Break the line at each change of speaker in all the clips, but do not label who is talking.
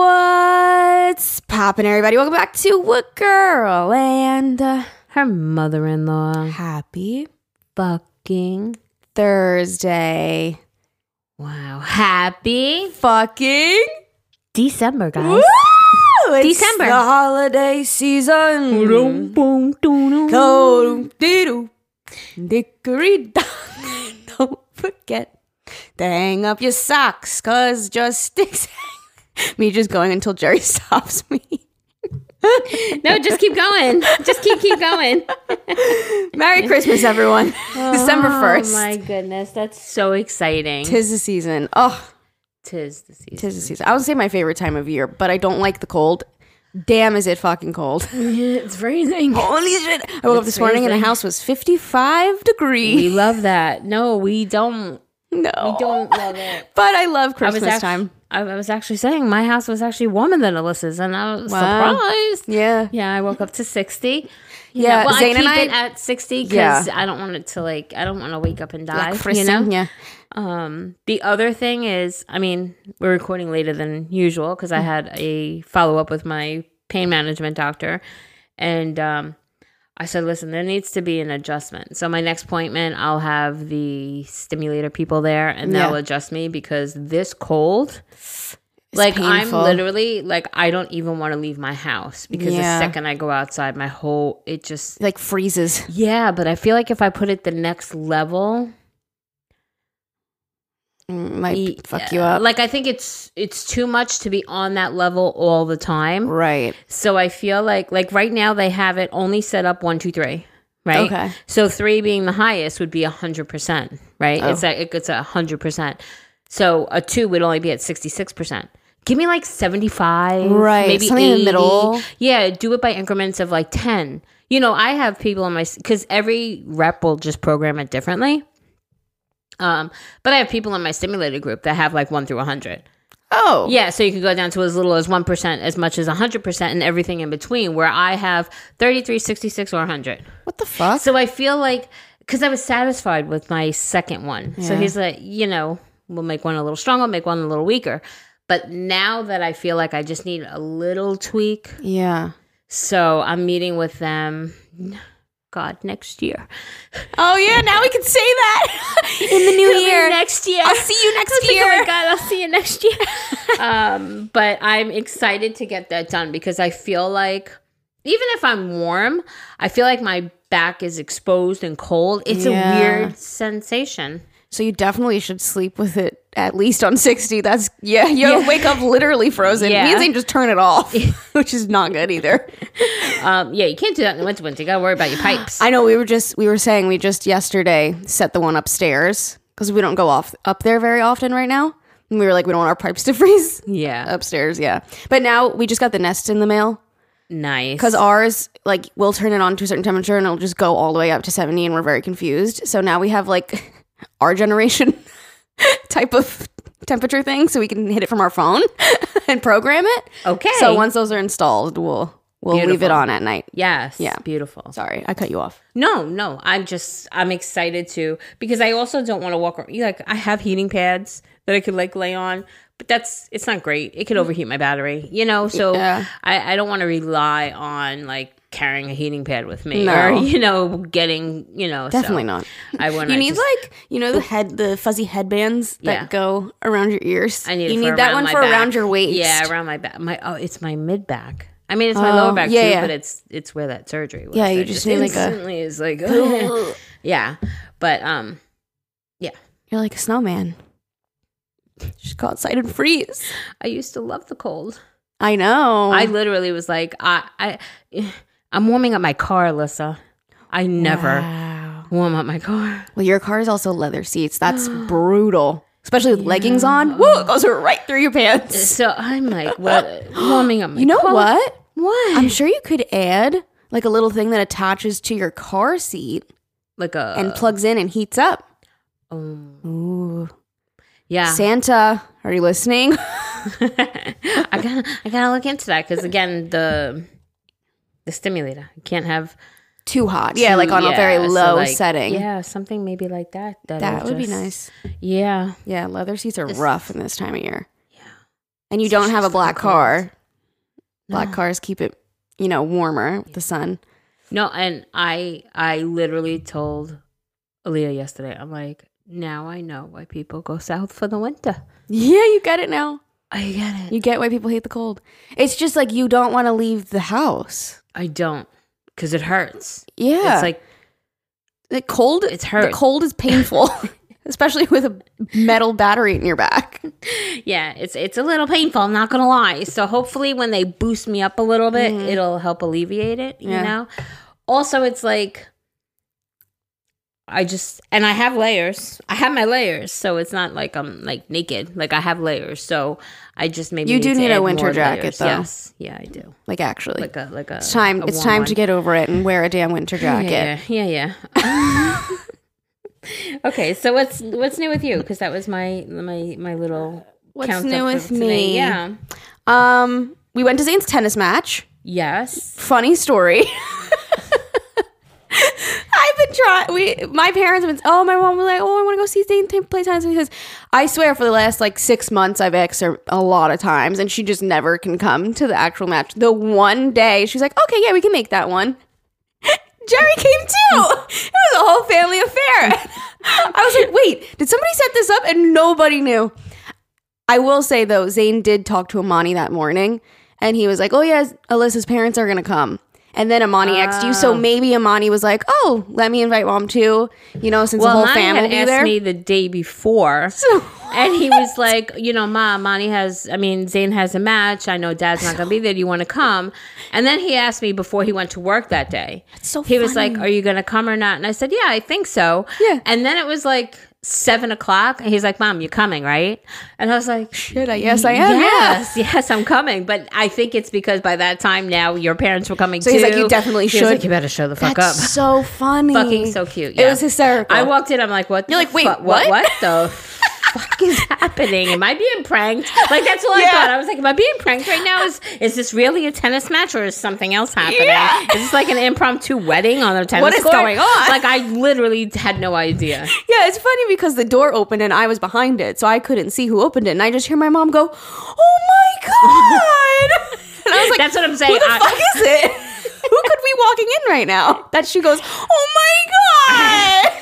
What's poppin', everybody? Welcome back to What Girl and uh,
Her mother in law.
Happy
Fucking.
Thursday.
Wow. Happy
Fucking
December, guys.
Woo! It's
December. Mm-hmm.
the holiday season. Go-dum-dee-doo. Dickory-dock. Don't forget to hang up your socks, cause just sticks. me just going until Jerry stops me.
No, just keep going. Just keep keep going.
Oh Merry Christmas, everyone. December 1st.
Oh my goodness, that's so exciting. Tis,
Tis the season. Oh,
the season.
tis the season. I would say my favorite time of year, but I don't like the cold. Damn, is it fucking cold.
It's freezing.
Holy shit. I woke up this morning and the
freezing.
house was 55
We
degrees.
love that. No, we don't.
No.
We don't love it.
But I love Christmas
act-
time.
I, I was actually saying my house was actually warmer than Alyssa's, and I was
Wow.
surprised.
Yeah.
Yeah, I woke up to 60.
Yeah,
well,
Zane
I
and
keep
I-
it at 60 because I don't want it to, like, I don't want to wake up and die,
Like
you know?
Yeah.
Um, the other thing is, I mean, we're recording later than usual because I had a follow up with my pain management doctor, and um, I said, listen, there needs to be an adjustment. So my next appointment, I'll have the stimulator people there, and
Yeah.
they'll adjust me because this cold. Like
painful.
I'm literally like I don't even want to leave my house because
Yeah.
the second I go outside, my whole it just
Like freezes.
yeah. But I feel like if I put it the next level,
Mm, Might
Y-
fuck you up.
like i think it's it's too much to be on that level all the time
right.
so i feel like like right now they have it only set up one two three right
Okay.
so three being the highest would be a hundred percent
Oh.
right it's like it- it's a hundred percent so a two would only be at 66 percent give me like 75
Right,
maybe
something in the
80.
middle.
yeah do it by increments of like 10 you know i have people in my because every rep will just program it differently um, but I have people in my stimulator group that have like one through 100.
Oh.
Yeah, so you can go down to as little as 1%, as much as 100%, and everything in between, where I have 33, 66, or 100.
What the fuck?
So I feel like, because I was satisfied with my second one. So
Yeah.
he's like, you know, we'll make one a little stronger, make one a little weaker. But now that I feel like I just need a little tweak,
yeah.
so I'm meeting with them, God, next year.
Oh, yeah. Now we can say that in the new
Coming
year.
Next year.
I'll see you next year.
Oh my god, I'll see you next year. um, but I'm excited to get that done because I feel like even if I'm warm, I feel like my back is exposed and cold. It's
Yeah.
a weird sensation.
So you definitely should sleep with it at least on 60. That's yeah, you wake up literally frozen.
Yeah.
Me and Zane just turn it off, which is not good either.
Um, yeah, you can't do that in the winter. Winter, you gotta worry about your pipes.
I know we were just we were saying we just yesterday set the one upstairs cuz we don't go off up there very often right now. And we were like we don't want our pipes to freeze
yeah,
upstairs, yeah. But now we just got the Nest in the mail
nice.
cuz ours like we'll turn it on to a certain temperature and it'll just go all the way up to 70 and we're very confused. So now we have like our generation type of temperature thing so we can hit it from our phone and program it.
okay,
So once those are installed, we'll we'll leave it
Beautiful.
on at night.
yes, yeah, beautiful.
Sorry, I cut you off.
No, no. I'm just I'm excited to because I also don't want to walk around. Like I have heating pads that I could like lay on, but that's it's not great. It could overheat my battery, you know. So
Mm-hmm. Yeah.
I I don't want to rely on like carrying a heating pad with me
No.
or you know getting you know so
Definitely not.
I want
You
to
need like you know the head the fuzzy headbands that
Yeah.
go around your ears.
I need it
you
for
need that
around
one
my
for
back.
around your waist.
Yeah, around my back. My oh, it's my mid back. I mean, it's my
Oh,
lower back
yeah,
too,
yeah.
but it's it's where that surgery was.
Yeah, you
I
just need, like, a-
instantly is like "Ugh." yeah, but um
You're like a snowman. Just go outside and freeze.
I used to love the cold.
I know.
I literally was like, I, I, I'm warming up my car, Alyssa. I never
Wow.
warm up my car.
Well, your car is also leather seats. That's brutal, especially with leggings on. Whoa, it goes right through your pants.
So I'm like, what? warming up my
You know
car?
what?
What?
I'm sure you could add like a little thing that attaches to your car seat
like a
and plugs in and heats up.
um,
Ooh.
yeah.
Santa, are you listening?
I gotta, I gotta look into that because again, the the stimulator you can't have
Too hot. Yeah, like on a
Yeah,
very
so,
low
like,
setting.
Yeah, something maybe like that.
That
is
would be
just-
nice.
Yeah,
Yeah, leather seats are
This-
rough in this time of year. and you
So
don't
it's
have a
just
black
fucking cold.
car. Black
No.
cars keep it, you know, warmer with the sun.
No, and I I literally told Aaliyah yesterday. I'm like, now I know why people go south for the winter.
Yeah, you get it now.
I get it.
You get why people hate the cold. It's just like you don't want to leave the house.
I don't, because it hurts.
Yeah,
It's like
the cold.
it's hurt.
The cold is painful, especially with a metal battery in your back.
yeah, it's it's a little painful. I'm not gonna lie. So hopefully, when they boost me up a little bit,
Mhm.
it'll help alleviate it. You
Yeah.
know. Also, it's like I just and I have layers. I have my layers, so it's not like I'm like naked. Like I have layers, so I just maybe
You do
to
need a
add
winter
more
jacket,
layers.
though.
Yes, yeah, I do.
Like actually,
Like a like a.
it's time.
a
It's
warm
time
one.
to get over it and wear a damn winter
Yeah,
jacket.
Yeah, yeah. yeah. okay, so what's what's new with you? Because that was my my my little.
What's
count
new
up for
with
today.
me?
Yeah.
Um, we went to Zane's tennis match.
Yes.
Funny story. I've been trying. We, my parents have been. Oh, my mom was like, "Oh, I want to go see Zane t- play tennis." Because I swear, for the last like six months, I've asked her a lot of times, and she just never can come to the actual match. The one day she's like, "Okay, yeah, we can make that one." Jerry came too. It was a whole family affair. I was like, "Wait, did somebody set this up?" And nobody knew. I will say though, Zayn did talk to Amani that morning, and he was like, "Oh yeah, Alyssa's parents are gonna come." And then Amani asked you,
Ah.
so maybe Amani was like, "Oh, let me invite mom too," you know, since the
Well,
whole
Lonnie
family will
had
be
asked
there.
me the day before,
So-
and he was like, "You know, Mom, Monty has. I mean, Zane has a match. I know Dad's not gonna be there. Do you want to come?" And then he asked me before he went to work that day.
so
he was like, "Are you gonna come or not?" And I said, "Yeah, I think so."
Yeah.
And then it was like seven o'clock, and he's like, "Mom, you coming, right?" And I was like,
Shit, I yes I am. Yeah.
Yes, yes, I'm coming. But I think it's because by that time now your parents were coming. So
he's like, you definitely
He was
should.
like, you better show the fuck
That's
up.
so funny.
Fucking so cute.
Mm. It
yeah.
was hysterical.
I walked in. I'm like, what?
You're
the
like, wait, what?
fu- What? What the fuck is happening? Am I being pranked? Like that's all I
Yeah.
thought. I was like, am I being pranked right now? Is is this really a tennis match or is something else happening?
Yeah.
Is this like an impromptu wedding on a tennis
What is
court?
going on?
Like I literally had no idea.
Yeah, it's funny because the door opened and I was behind it, so I couldn't see who opened it, and I just hear my mom go, "Oh my god!" and I was like,
That's what I'm saying.
Who the
I-
fuck is it? who could be walking in right now? That she goes, "Oh my god!"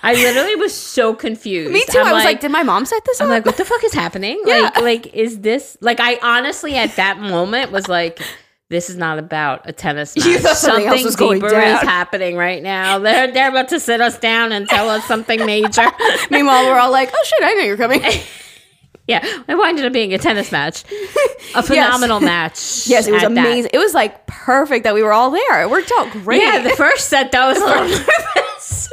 I literally was so confused.
Me too.
I'm
I was like, "Did my mom set this up?"
I'm like, what the fuck is happening?
Yeah.
Like, like is this like? I honestly at that moment was like, this is not about a tennis match.
You thought something else was going
deeper
down.
is happening right now. They're they're about to sit us down and tell us something major.
Meanwhile, we're all like, "Oh shit, I know you're coming."
yeah, it ended up being a tennis match, a phenomenal match.
yes, it was
at that.
amazing. It was like perfect that we were all there. It worked out great.
Yeah, the first set that was a little nervous.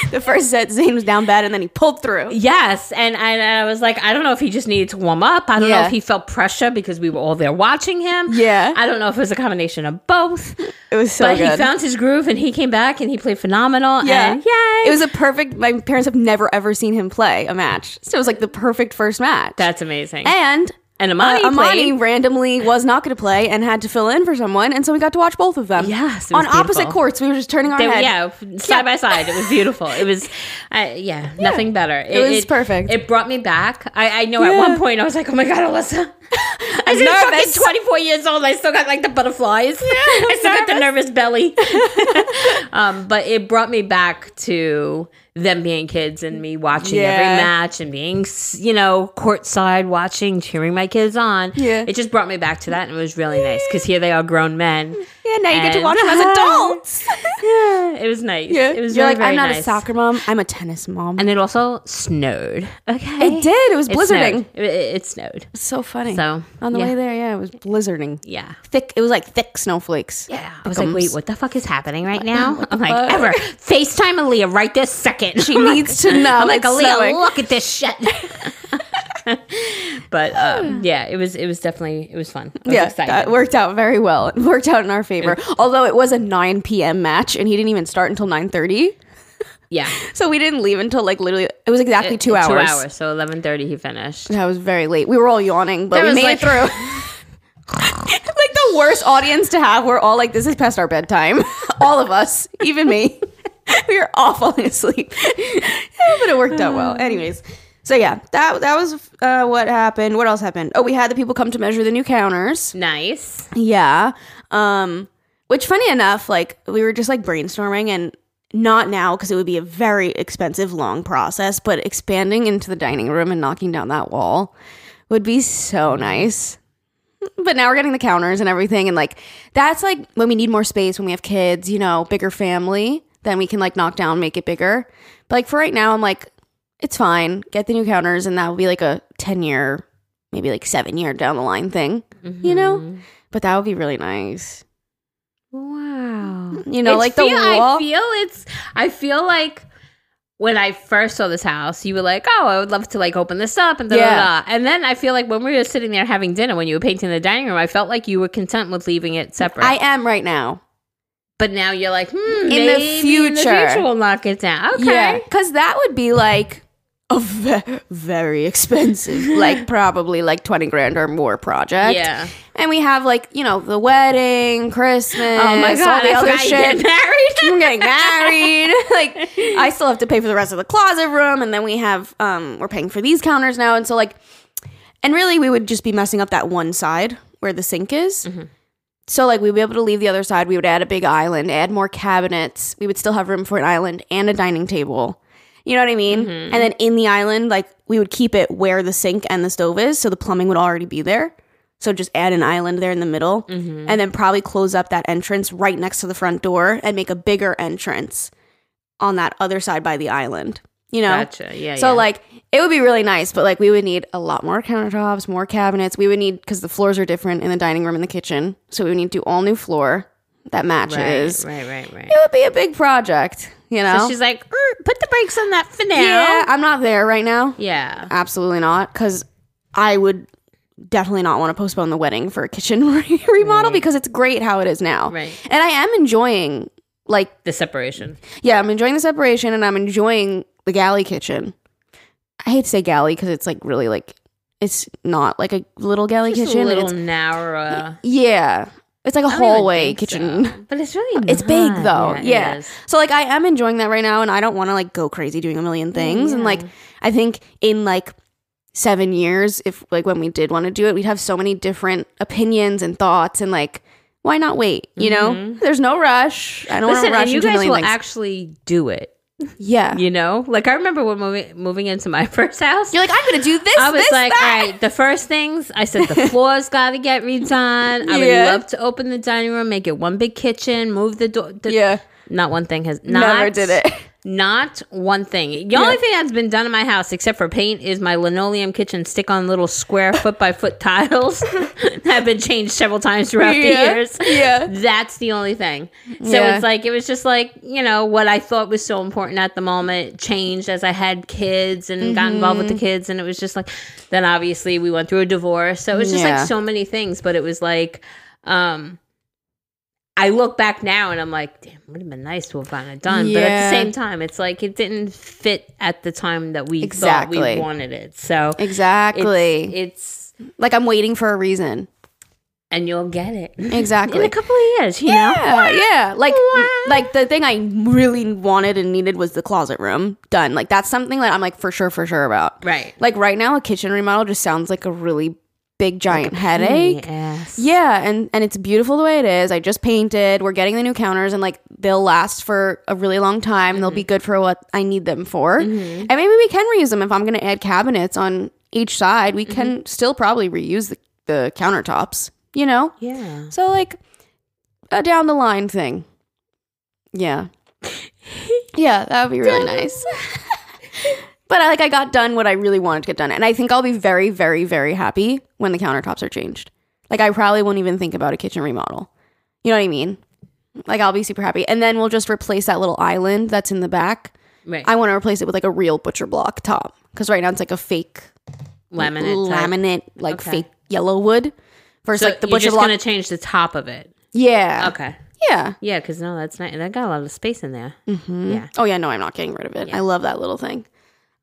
the first set, Zane was down bad, and then he pulled through.
Yes, and, and I was like, I don't know if he just needed to warm up. I don't
Yeah.
know if he felt pressure because we were all there watching him.
Yeah.
I don't know if it was a combination of both.
It was so
but
good.
he found his groove and he came back and he played phenomenal.
Yeah.
Yeah. And yay.
It was a perfect. My parents have never ever seen him play a match, so it was like the perfect first match.
That's amazing.
and
and
uh,
Amani,
Amani
played.
randomly was not going to play and had to fill in for someone, and so we got to watch both of them.
Yes, it
on
was
opposite
beautiful.
courts, we were just turning our
They-
head.
yeah, side by side. It was beautiful. It was, uh, yeah, nothing better. It,
was perfect.
It brought me back. I, I know
Yeah.
at one point I was like, oh my God, Alyssa. I'm
nervous.
fucking 24 years old. I still got like the butterflies. I still got the nervous belly. um, but it brought me back to them being kids and me watching every
Yeah.
match and being, s- you know, courtside watching, cheering my kids on.
Yeah.
It just brought me back to that and it was really nice because here they are grown men.
Yeah, now you get to
And-
watch them as adults.
Yeah, it was nice.
yeah,
It was
You're
very,
like, I'm
very
not a
nice.
soccer mom. I'm a tennis mom.
And it also snowed. Okay.
it did. It was
It
blizzarding.
snowed. It, it- it snowed.
so funny.
So,
on the
yeah.
way there, yeah, it was blizzarding.
Yeah.
Thick. It was like thick snowflakes.
Yeah. I was like,
Becomes-
wait, what the fuck is happening right now? I'm like, ever. FaceTime Aaliyah right this second.
She needs to know.
I'm like,
it's
Aaliyah,
snowing.
look at this shit. but um, yeah, it was it was definitely it was fun. I was
yeah,
excited.
that worked out very well. It worked out in our favor. Although it was a 9 p.m. match, and he didn't even start until 9:30,
yeah,
so we didn't leave until like literally it was exactly two hours.
Uh, Two hours. So eleven thirty, he finished.
That was very late. We were all yawning, but
There
we
was,
made it
like-
through. like the worst audience to have. We're all like, "This is past our bedtime." all of us, even me, we were all falling asleep. Yeah, but it worked out well. Anyways, So yeah, that that was uh, what happened. What else happened? Oh, we had the people come to measure the new counters.
Nice.
Yeah. Um, which funny enough, like we were just like brainstorming and not now because it would be a very expensive long process, but expanding into the dining room and knocking down that wall would be so nice. But now we're getting the counters and everything and like that's like when we need more space when we have kids, you know, bigger family, then we can like knock down, make it bigger. But like for right now I'm like it's fine. Get the new counters and that will be like a 10 year, maybe like 7 year down the line thing, you know? But that would be really nice.
Wow.
You know,
It's
like the
feel- I
wall.
feel it's. I feel like when I first saw this house, you were like, "Oh, I would love to like open this up," and da
Yeah.
da da. And then I feel like when we were sitting there having dinner, when you were painting the dining room, I felt like you were content with leaving it separate.
I am right now.
but now you're like, hmm,
the
maybe in the
future.
future we'll knock it down. Okay.
Cuz that would be like a ve- very expensive, like probably like 20 grand or more project.
Yeah.
And we have like, you know, the wedding, Christmas,
Oh my god!
all the
I
other
forgot you get
shit.
married.
I'm getting married. like I still have to pay for the rest of the closet room and then we have um we're paying for these counters now and so like and really we would just be messing up that one side where the sink is. So like we'd be able to leave the other side, we would add a big island, add more cabinets. We would still have room for an island and a dining table. You know what I mean?
Mm-hmm.
And then in the island, like we would keep it where the sink and the stove is, so the plumbing would already be there. So just add an island there in the middle,
Mm-hmm.
and then probably close up that entrance right next to the front door and make a bigger entrance on that other side by the island. You know?
Gotcha. Yeah.
So
yeah.
like it would be really nice, but like we would need a lot more countertops, more cabinets. We would need because the floors are different in the dining room and the kitchen, so we would need to do all new floor that matches.
right, right, right, right.
It would be a big project, you know.
So she's like, "Er, put the brakes on that for now.
yeah, I'm not there right now.
Yeah.
Absolutely not, because I would definitely not want to postpone the wedding for a kitchen re- remodel because it's great how it is now.
Right.
And I am enjoying like
The separation.
yeah, I'm enjoying the separation and I'm enjoying the galley kitchen. I hate to say galley because it's like really like it's not like a little galley
Just
kitchen.
a little
it's,
narrow.
yeah, it's like a
I don't even
hallway
think
kitchen.
so. But it's really
It's big
not.
though.
Uh-huh. it
Yeah.
is.
So like I am enjoying that right now and I don't want to like go crazy doing a million things and like I think in like 7 years if like when we did want to do it we'd have so many different opinions and thoughts and like why not wait, you know? There's no rush. I don't want to
Mm-hmm. Listen,
rush
and you
into a
guys
million
will
things.
actually do it.
yeah.
You know, like I remember when moving moving into my first house.
You're like I'm going to do this
I was
this,
like,
that.
all right, the first things I said, the floor's got to get redone. I would
Yeah.
love to open the dining room, make it one big kitchen, move the door. the-
Yeah.
Not one thing has not,
Never did it.
Not one thing. The only thing that's been done in my house, except for paint, is my linoleum kitchen stick on little square foot by foot tiles that have been changed several times throughout
Yeah.
the years.
Yeah.
That's the only thing. So
Yeah.
it's like, it was just like, you know, what I thought was so important at the moment changed as I had kids and got involved with the
Mm-hmm.
kids. And it was just like, then obviously we went through a divorce. So it was just
Yeah.
like so many things, but it was like, um, I look back now and I'm like, damn, it would have been nice to have gotten it done. But at
Yeah.
the same time, it's like it didn't fit at the time that we thought
Exactly.
we wanted it. So it's,
Exactly.
it's
like I'm waiting for a reason.
and you'll get it in
Exactly.
a couple of years. You know,
Yeah, yeah. Like, like the thing I really wanted and needed was the closet room done. Like that's something that I'm like for sure, for sure about.
right?
Like right now, a kitchen remodel just sounds like a really big giant headache.
Yes.
Yeah, and and it's beautiful the way it is. I just painted. We're getting the new counters, and like they'll last for a really long time. They'll be good for what I need them for, and maybe we can reuse them if I'm going to add cabinets on each side. We can still probably reuse the, the countertops. You know,
Yeah.
so like a down the line thing. Yeah. Yeah, that would be really nice. but I, like I got done what I really wanted to get done and I think I'll be very very very happy when the countertops are changed. Like I probably won't even think about a kitchen remodel. You know what I mean? Like I'll be super happy and then we'll just replace that little island that's in the back.
Right.
I want to replace it with like a real butcher block top cuz right now it's like a fake
laminate. type.
laminate like
Okay.
fake yellow wood versus
So
like the
you're
butcher
just
block.
gonna change the top of it.
yeah.
Okay.
Yeah.
Yeah, because no, that's not. That got a lot of space in there. Mm-hmm. Yeah.
Oh yeah, no, I'm not getting rid of it. I love that little thing.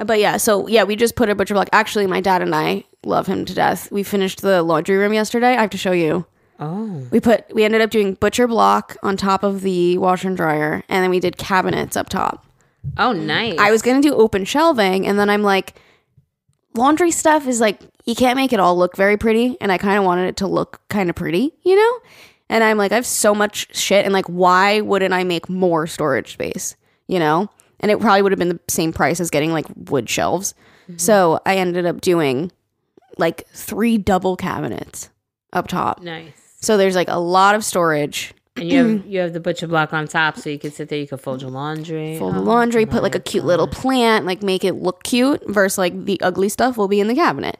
Uh, But yeah, so yeah, we just put a butcher block. Actually, my dad and I love him to death. We finished the laundry room yesterday. I have to show you.
Oh.
We put we ended up doing butcher block on top of the washer and dryer, and then we did cabinets up top.
Oh, nice.
Mm-hmm. I was gonna do open shelving, and then I'm like, laundry stuff is like you can't make it all look very pretty, and I kind of wanted it to look kind of pretty, you know. And I'm like, I have so much shit, and like, why wouldn't I make more storage space, you know? And it probably would have been the same price as getting like wood shelves. So I ended up doing like three double cabinets up top.
nice.
So there's like a lot of storage.
And you have you have the butcher block on top, so you can sit there. You can fold your laundry.
Fold the
Oh,
laundry, put like
my
a cute little
God.
plant, like make it look cute versus like the ugly stuff will be in the cabinet.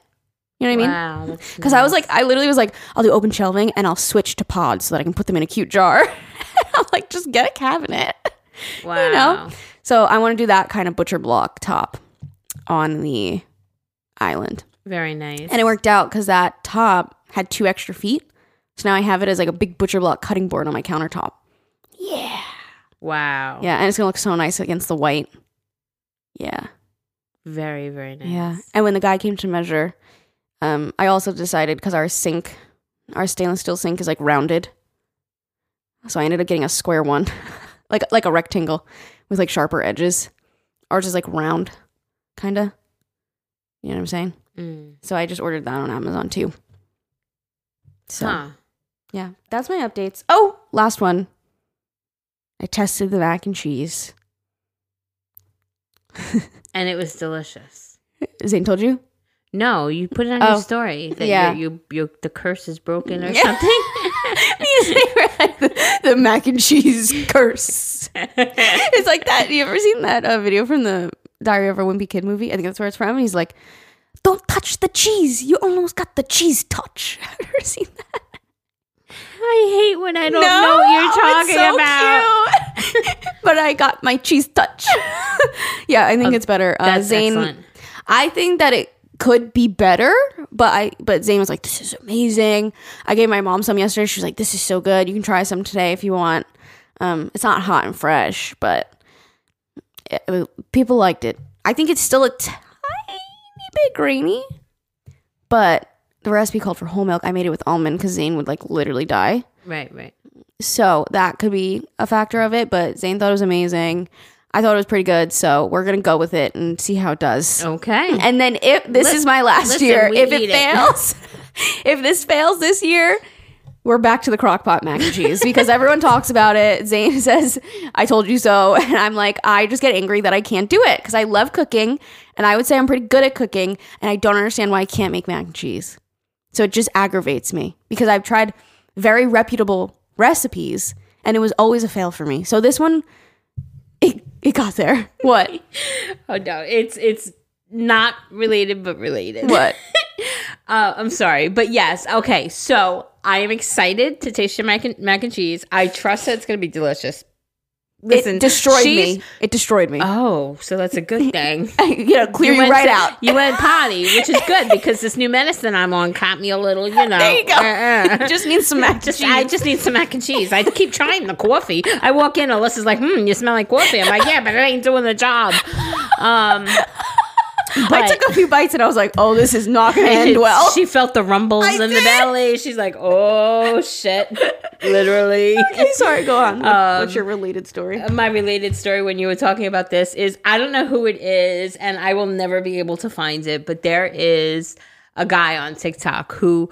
You know what I mean?
Wow, that's
Because I was like, I literally was like, I'll do open shelving and I'll switch to pods so that I can put them in a cute jar. I'm like, just get a cabinet.
nice. wow.
You know? So I want to do that kind of butcher block top on the island.
Very nice.
And it worked out because that top had two extra feet. So now I have it as like a big butcher block cutting board on my countertop.
Wow.
Yeah. And it's going to look so nice against the white. Yeah.
Very very nice.
Yeah. And when the guy came to measure, um, I also decided because our sink, our stainless steel sink is like rounded. So I ended up getting a square one, like like a rectangle with like sharper edges. Ours is like round, kind of. You know what I'm saying?
Mm.
So I just ordered that on Amazon too. So
Huh.
yeah, that's my updates. Oh, last one. I tested the mac and cheese.
And it was delicious.
Zane told you?
No, you put it on
Oh.
your story that
Yeah.
yeah. you you the curse is broken or
Yeah.
something.
They were like the, the mac and cheese curse. it's like that. You ever seen that uh, video from the Diary of a Wimpy Kid movie? I think that's where it's from. And he's like, "Don't touch the cheese. You almost got the cheese touch." Have you ever seen that?
I hate when I don't know what you're
Oh,
talking
it's so
about.
cute. but I got my cheese touch. yeah, I think it's better. Uh,
That's
Zayn-
excellent.
I think that it could be better, but I but Zayn was like, "This is amazing." I gave my mom some yesterday. She was like, "This is so good. You can try some today if you want." Um, it's not hot and fresh, but it, it- people liked it. I think it's still a tiny bit grainy, but the recipe called for whole milk. I made it with almond because Zayn would like literally die.
Right, right.
So that could be a factor of it, but Zayn thought it was amazing. I thought it was pretty good, so we're gonna go with it and see how it
Oh,
does.
Okay.
And then if this
Lis-
is my last
listen,
year,
we
if it
eat it.
fails, if this fails this year, we're back to the crock pot mac and cheese because everyone talks about it. Zane says, I told you so. And I'm like, I just get angry that I can't do it because I love cooking. And I would say I'm pretty good at cooking. And I don't understand why I can't make mac and cheese. So it just aggravates me because I've tried very reputable recipes and it was always a fail for me. So this one, it, it got there. What?
oh no, it's it's not related but related.
What?
Uh, I'm sorry, but yes. Okay, so I am excited to taste your mac and, mac and cheese. I trust that it's going to be delicious. Listen,
it destroyed
she's-
me. It destroyed me.
Oh, so that's a good thing.
Uh, you know, clear you,
went
right
to-
out.
You went potty, which is good because this new medicine I'm on caught me a little, you know.
There you go.
uh-uh.
just need some mac and
Just,
cheese.
I just need some mac and cheese. I keep trying the coffee. I walk in, Alyssa's like, "Hmm, you smell like coffee." I'm like, "Yeah, but it ain't doing the job." Um,
I took a few bites and I was like, oh, this is not going to end well.
She felt the rumbles
I
in the
did.
belly. She's like, "Oh shit!" Literally.
okay, sorry, go on. What's your related story?
my related story when you were talking about this is I don't know who it is, and I will never be able to find it, but there is a guy on TikTok who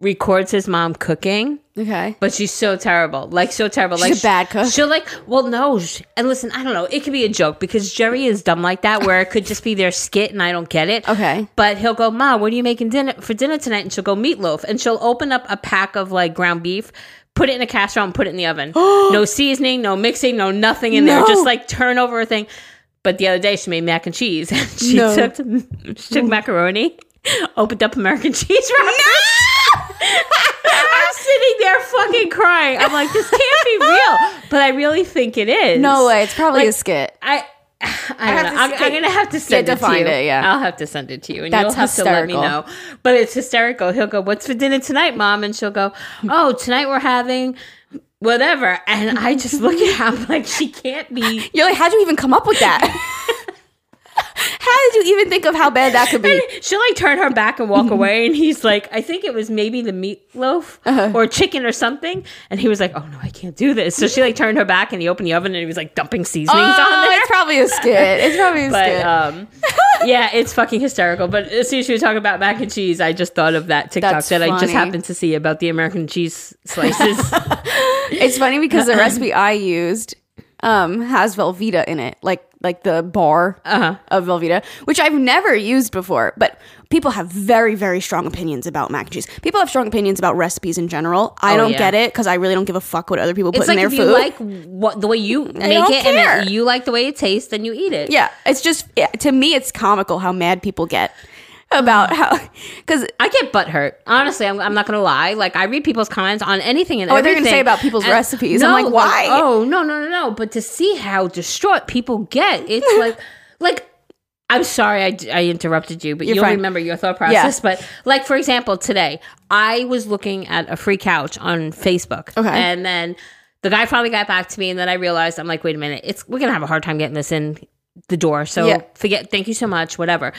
records his mom cooking,
Okay.
but she's so terrible. Like so terrible.
She's a
like
bad cook.
She'll like, well, no. sh- And listen, I don't know. It could be a joke because Jerry is dumb like that, where it could just be their skit, and I don't get it.
Okay.
But he'll go, Ma, what are you making dinner for dinner tonight? And she'll go meatloaf, and she'll open up a pack of like ground beef. Put it in a casserole and put it in the oven. no seasoning, no mixing, no nothing in there.
No.
Just like turn over a thing. But the other day she made mac and cheese. she
No.
took she took macaroni, opened up American cheese wrapper. I'm sitting there fucking crying. I'm like, this can't be real, but I really think it is.
No way. It's probably a
Like,
skit.
I. I don't know.
have to
I'm,
see-
I'm gonna have to send
Yeah,
it to
define
you.
it, yeah.
I'll have to send it to you, and
That's
you'll have to let
hysterical.
me know. But it's hysterical. He'll go, "What's for dinner tonight, mom?" And she'll go, "Oh, tonight we're having whatever." And I just look at her. I'm like, she can't be.
You're like, how'd you even come up with that? how did you even think of how bad that could be?
She'll like turn her back and
Mm-hmm.
walk away, and he's like, "I think it was maybe the meatloaf
Uh-huh.
or chicken or something." And he was like, "Oh no, I can't do this." So she like turned her back, and he opened the oven, and he was like dumping seasonings on
Oh,
there.
it's probably a skit. It's probably a
But
skit.
um, yeah, it's fucking hysterical. But as soon as you were talking about mac and cheese, I just thought of that TikTok
That's
that I just
funny.
happened to see about the American cheese slices.
It's funny because the recipe I used um, has Velveeta in it, like like the bar
Uh-huh.
of Velveeta, which I've never used before. But people have very very strong opinions about mac and cheese. People have strong opinions about recipes in general. I
Oh,
don't
yeah.
get it because I really don't give a fuck what other people put
it's
in
like
their
if
food.
you like what the way you make
don't
it
care.
and it, you like the way it tastes, then you eat it.
yeah, it's just yeah, to me, it's comical how mad people get about how because
I get butthurt. Honestly, I'm, I'm not gonna lie. Like I read people's comments on anything and
Oh, they're
everything.
gonna say about people's
And-
recipes. I'm like, why?
oh no, no, no, no. But to see how distraught people get, it's like, like. I'm sorry I, d- I interrupted you, but
You're
you'll
fine.
remember your thought process. But like for example, today I was looking at a free couch on Facebook,
Okay.
and then the guy finally got back to me, and then I realized I'm like, wait a minute, it's we're gonna have a hard time getting this in the door. So
Yeah.
forget, thank you so much, whatever.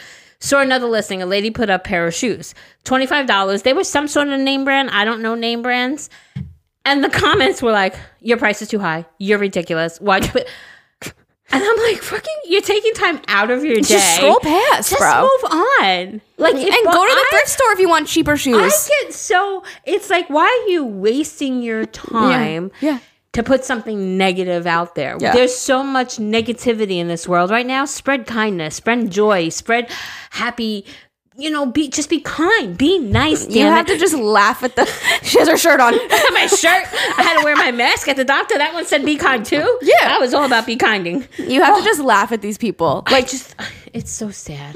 Saw another listing. A lady put up a pair of shoes, twenty five dollars. They were some sort of name brand. I don't know name brands. And the comments were like, "Your price is too high. You're ridiculous. Why'd you put?" And I'm like, "Fucking, you're taking time out of your day.
just scroll past,
Just
bro,
move on. Like, if,
and
but
go to the
I-
thrift store if you want cheaper shoes.
I get so it's like, why are you wasting your time?
yeah.
To put something negative out there.
Yeah.
There's so much negativity in this world right now. Spread kindness, spread joy, spread happy. You know, be just be kind, be nice.
you
damn
have
it.
to just laugh at the. she has her shirt on.
my shirt. I had to wear my mask at the doctor. That one said be kind too.
Yeah.
I was all about be kinding.
You
Oh.
have to just laugh at these people.
Like just it's so sad.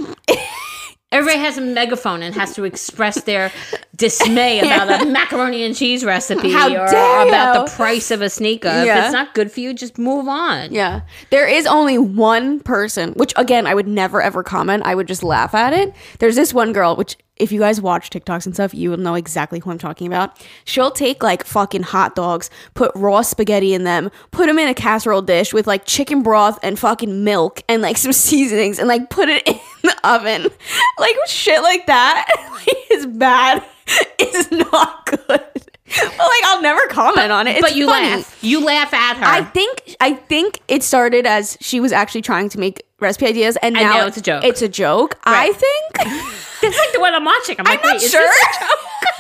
Everybody has a megaphone and has to express their dismay about a macaroni and cheese recipe
How
or
dare
about
you.
the price of a sneaker. If
Yeah.
it's not good for you, just move on.
Yeah. There is only one person, which again, I would never ever comment. I would just laugh at it. There's this one girl, which if you guys watch TikToks and stuff, you will know exactly who I'm talking about. She'll take like fucking hot dogs, put raw spaghetti in them, put them in a casserole dish with like chicken broth and fucking milk and like some seasonings and like put it in the oven. Like shit like that is bad. It's not good. But like I'll never comment on it. It's
but you
funny.
laugh. You laugh at her.
I think I think it started as she was actually trying to make recipe ideas, and now,
now it's a joke.
It's a joke. I think.
That's like the one I'm watching. I'm, like,
not
wait, is
sure.
this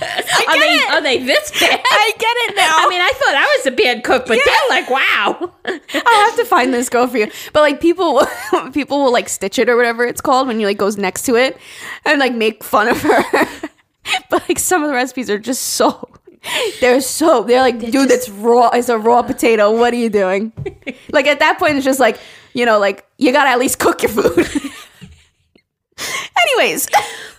a joke? are, they,
get it.
are they this bad?
I get it now.
I mean, I thought I was a bad cook, but they're like, wow.
I have to find this girl for you. But like people, will- people will like stitch it or whatever it's called when you like goes next to it, and like make fun of her. but like some of the recipes are just so. They're so they're like, dude, that's raw. It's a raw potato. What are you doing? like at that point, it's just like you know, like you gotta at least cook your food. Anyways,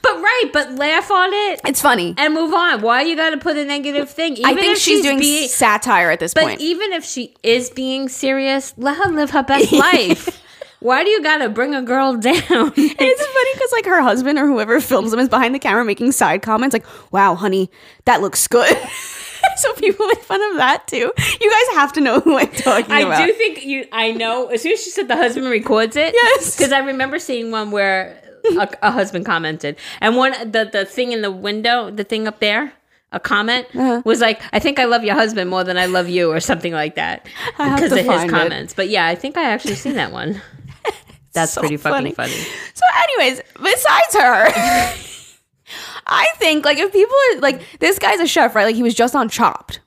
But right, but laugh on it.
it's funny.
and move on. Why you got to put a negative thing? Even
I think
if
she's, doing
being,
satire at this
but
point.
even if she is being serious, let her live her best life. Why do you got to bring a girl down?
it's funny because like her husband or whoever films them is behind the camera making side comments like, "Wow, honey, that looks good." so people make fun of that too. You guys have to know who I'm talking about.
I do think you. I know. As soon as she said the husband records it,
Yes.
because I remember seeing one where a, a husband commented, and one the the thing in the window, the thing up there. A comment
Uh-huh.
was like, "I think I love your husband more than I love you," or something like that,
have
because
to
of
find
his
it.
comments. But yeah, I think I actually seen that one. That's
So
pretty fucking
funny.
funny.
so, anyways, besides her, I think like if people are like this guy's a chef, right? Like he was just on Chopped,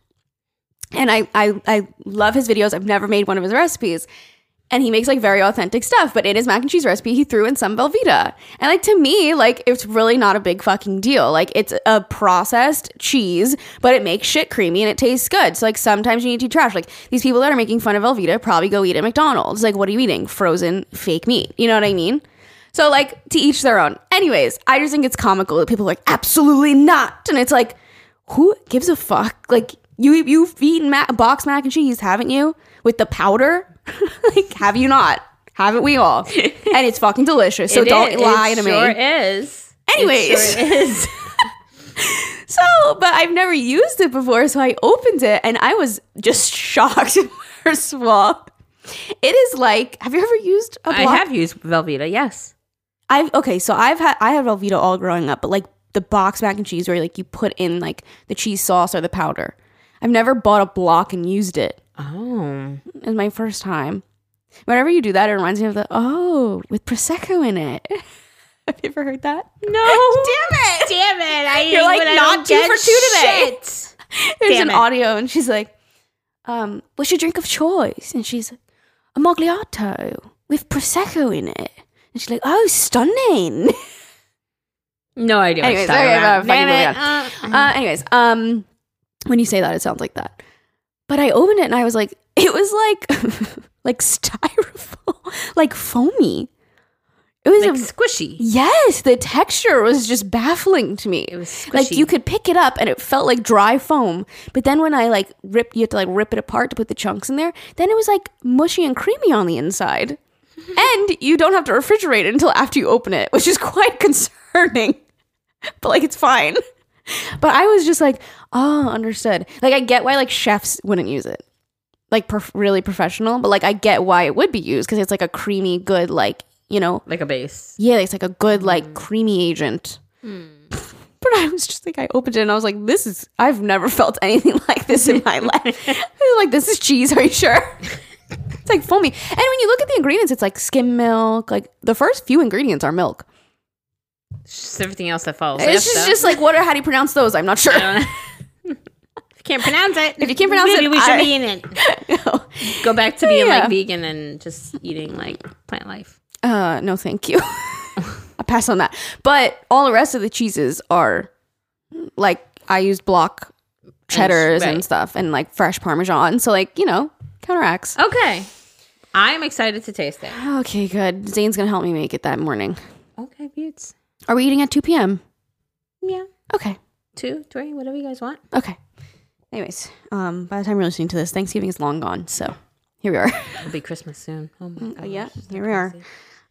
and I I I love his videos. I've never made one of his recipes, and he makes like very authentic stuff. But in his mac and cheese recipe, he threw in some Velveeta, and like to me, like it's really not a big fucking deal. Like it's a processed cheese, but it makes shit creamy and it tastes good. So like sometimes you need to eat trash. Like these people that are making fun of Velveeta probably go eat at McDonald's. Like what are you eating? Frozen fake meat. You know what I mean? So like to each their own. Anyways, I just think it's comical that people are like absolutely not, and it's like who gives a fuck? Like you you've eaten ma- box mac and cheese, haven't you? With the powder, like have you not? Haven't we all? And it's fucking delicious. So
It
don't
is-
lie
it
to
Sure
me.
is.
Anyways,
Sure is.
so but I've never used it before, so I opened it and I was just shocked. First of all, it is like have you ever used a block?
I have used Velveeta. Yes.
I've okay, so I've had I had Velveeta all growing up, but like the box mac and cheese where like you put in like the cheese sauce or the powder. I've never bought a block and used it.
Oh.
It was my first time. Whenever you do that, it reminds me of the oh with prosecco in it. Have you ever heard that?
No.
Damn it!
Oh. Damn it. I
You're like, not two for two today. There's
Damn
an
it.
audio, and she's like, um, "What's your drink of choice?" And she's like, "A Mogliato with prosecco in it." And she's like, "Oh, stunning."
No idea.
Anyways,
what
okay,
I'm
no, fucking
Damn
moving Uh, anyways, um, when you say that, it sounds like that. But I opened it and I was like, it was like, like styrofoam, like foamy. It was
it.
a,
Like squishy.
yes, the texture was just baffling to me.
It was squishy.
like you could pick it up and it felt like dry foam. But then when I like ripped, you had to like rip it apart to put the chunks in there. Then it was like mushy and creamy on the inside. and you don't have to refrigerate it until after you open it, which is quite concerning. but like it's fine. But I was just like, oh, understood. Like I get why like chefs wouldn't use it. Like prof- really professional, but like I get why it would be used because it's like a creamy, good, like you know,
like a base.
yeah, it's like a good, like creamy agent. But I was just like, I opened it and I was like, this is, I've never felt anything like this in my life. I was like, this is cheese, are you sure? it's like foamy. And when you look at the ingredients, it's like skim milk. Like the first few ingredients are milk.
It's just everything else that follows.
It's just, just like, what are, how do you pronounce those? I'm not sure.
can't pronounce it.
If you can't pronounce
maybe
it,
we should
I-
be in it.
no.
Go back to being
Yeah.
like vegan and just eating like plant life.
Uh, no, thank you. I pass on that. But all the rest of the cheeses are like I used block cheddars and
right.
stuff and like fresh parmesan. So like, you know, counteracts.
Okay. I'm excited to taste it.
Okay, good. Zane's gonna help me make it that morning.
Okay, beauts.
Are we eating at two PM?
Yeah.
Okay.
Two, three, whatever you guys want.
Okay. Anyways, um, by the time you're listening to this, Thanksgiving is long gone, so here we are.
It'll be Christmas soon. Oh my god.
Mm, yeah, here we are.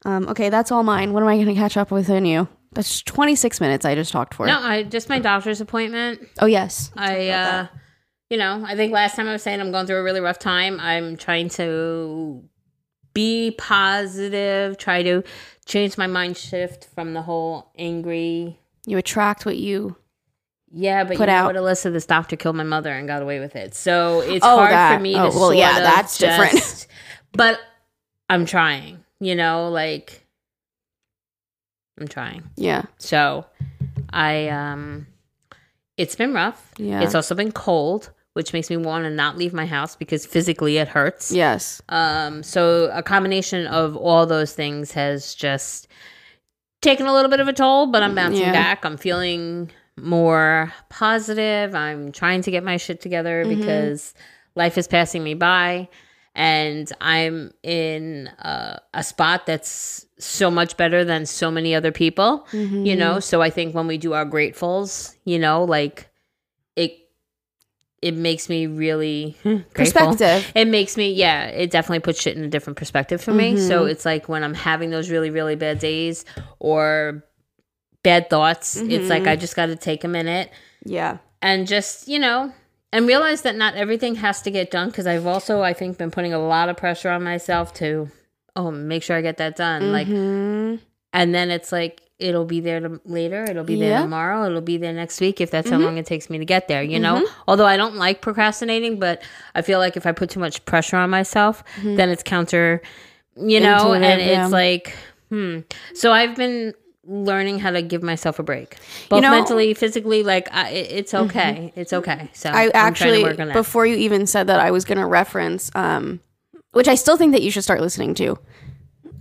Um, okay, that's all mine. What am I gonna catch up with on you? That's twenty six minutes I just talked for.
No, I just my doctor's appointment.
Oh yes.
I, uh, you know, I think last time I was saying I'm going through a really rough time. I'm trying to be positive, try to change my mind shift from the whole angry.
You attract what you
Yeah, but
Put
you know
out.
what, Alyssa, this doctor killed my mother and got away with it. So it's
Oh,
hard
that.
for me
Oh,
to.
well,
sort
yeah,
of
that's different.
just- But I'm trying. You know, like I'm trying.
Yeah.
So I um it's been rough.
Yeah.
It's also been cold, which makes me want to not leave my house because physically it hurts.
Yes.
Um so a combination of all those things has just taken a little bit of a toll, but I'm bouncing
Yeah.
back. I'm feeling more positive. I'm trying to get my shit together
Mm-hmm.
because life is passing me by and I'm in a, a spot that's so much better than so many other people,
Mm-hmm.
you know? So I think when we do our gratefuls, you know, like it it makes me really grateful.
Perspective.
It makes me, yeah, it definitely puts shit in a different perspective for me. So it's like when I'm having those really, really bad days or bad thoughts, it's like I just got to take a minute
Yeah.
and just, you know, and realize that not everything has to get done because I've also, I think, been putting a lot of pressure on myself to, oh, make sure I get that done. Like,
Mhm.
and then it's like, it'll be there to, later. It'll be there
Yeah. Mm-hmm.
tomorrow. It'll be there next week if that's how long it takes me to get there, you know? Although I don't like procrastinating, but I feel like if I put too much pressure on myf then it's counter, you know?
Mm-hmm. Intuitive,
and
yeah.
it's like, hmm. So I've been learning how to give myself a break, both
know- Mm-hmm.
mentally, physically. Like I, it- it's okay, it's okay. So
I
I'm trying to
actually
work on that.
before you even said that I was going to reference um which I still think that you should start listening to.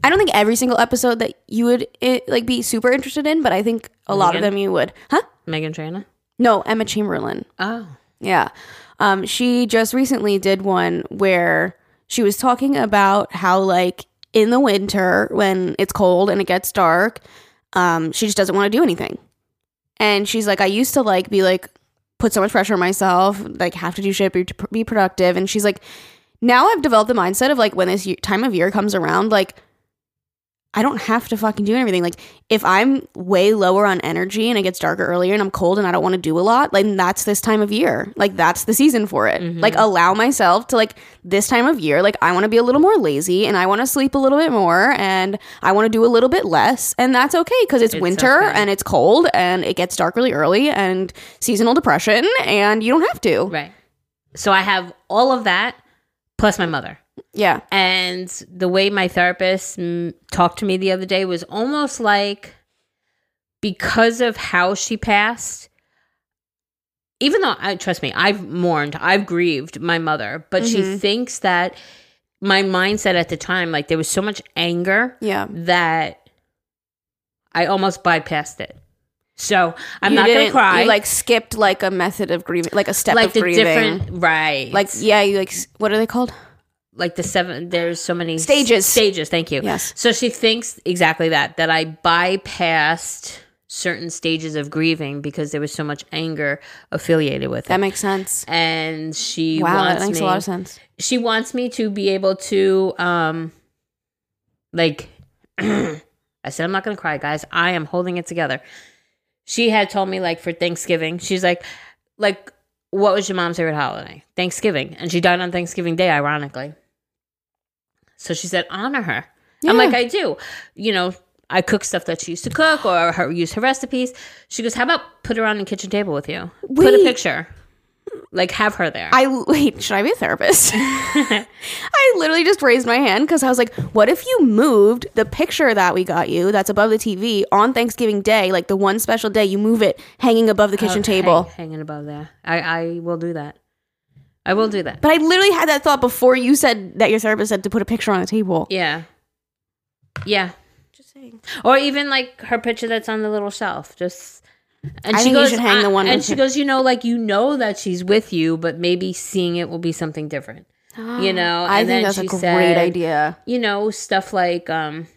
I don't think every single episode that you would eh, like be super interested in, but I think a lot of
Megan?
them you would. Huh?
Megan Trainor.
No, Emma Chamberlain.
Oh,
Yeah. Um, she just recently did one where she was talking about how, like, in the winter when it's cold and it gets dark, um, she just doesn't want to do anything. And she's like, I used to like be like, put so much pressure on myself, like, have to do shit, be, be productive. And she's like, now I've developed the mindset of like, when this year, time of year comes around, like, I don't have to fucking do anything. Like, if I'm way lower on energy and it gets darker earlier and I'm cold and I don't want to do a lot, like that's this time of year. Like that's the season for it. Like allow myself to like this time of year, like I want to be a little more lazy and I want to sleep a little bit more and I want to do a little bit less and that's okay cuz it's, winter
okay.
and it's cold and it gets dark really early and seasonal depression and you don't have to.
right. So I have all of that plus my mother.
Yeah.
And the way my therapist mm, talked to me the other day was almost like because of how she passed, even though I trust me, I've mourned, I've grieved my mother, but
Mm-hmm.
she thinks that my mindset at the time, like there was so much anger
Yeah.
that I almost bypassed it. So I'm
You
not gonna
didn't-
cry.
You like skipped like a method of grieving, like a step
like
of
the
grieving.
different right.
like yeah, you like s- what are they called?
like the seven there's so many
Stages.
stages thank you
Yes.
so she thinks exactly that that i bypassed certain stages of grieving because there was so much anger affiliated with
That
it
makes sense.
and she
Wow,
wants
that makes
me,
a lot of sense.
she wants me to be able to um like i said i'm not gonna cry guys i am holding it together she had told me like for thanksgiving she's like like what was your mom's favorite holiday thanksgiving and she died on thanksgiving day ironically so she said honor her
Yeah.
i'm like i do you know i cook stuff that she used to cook or her, use her recipes she goes how about put her on the kitchen table with you put a
Wait.
picture like have her there
I wait, should I be a therapist? I literally just raised my hand because I was like, what if you moved the picture that we got you that's above the TV on Thanksgiving Day, like the one special day, you move it hanging above the kitchen
Oh, hang-
table?
hanging above there. I, I will do that. I will do that.
But I literally had that thought before you said that your therapist said to put a picture on the table.
Yeah. Yeah. Or even like her picture that's on the little shelf. Just and
I think you should hang the one
and
with
she
her-
goes, you know, like you know that she's with you, but maybe seeing it will be something different. You know,
I think
and then
that's a
she
great
said-
idea.
You know, stuff like um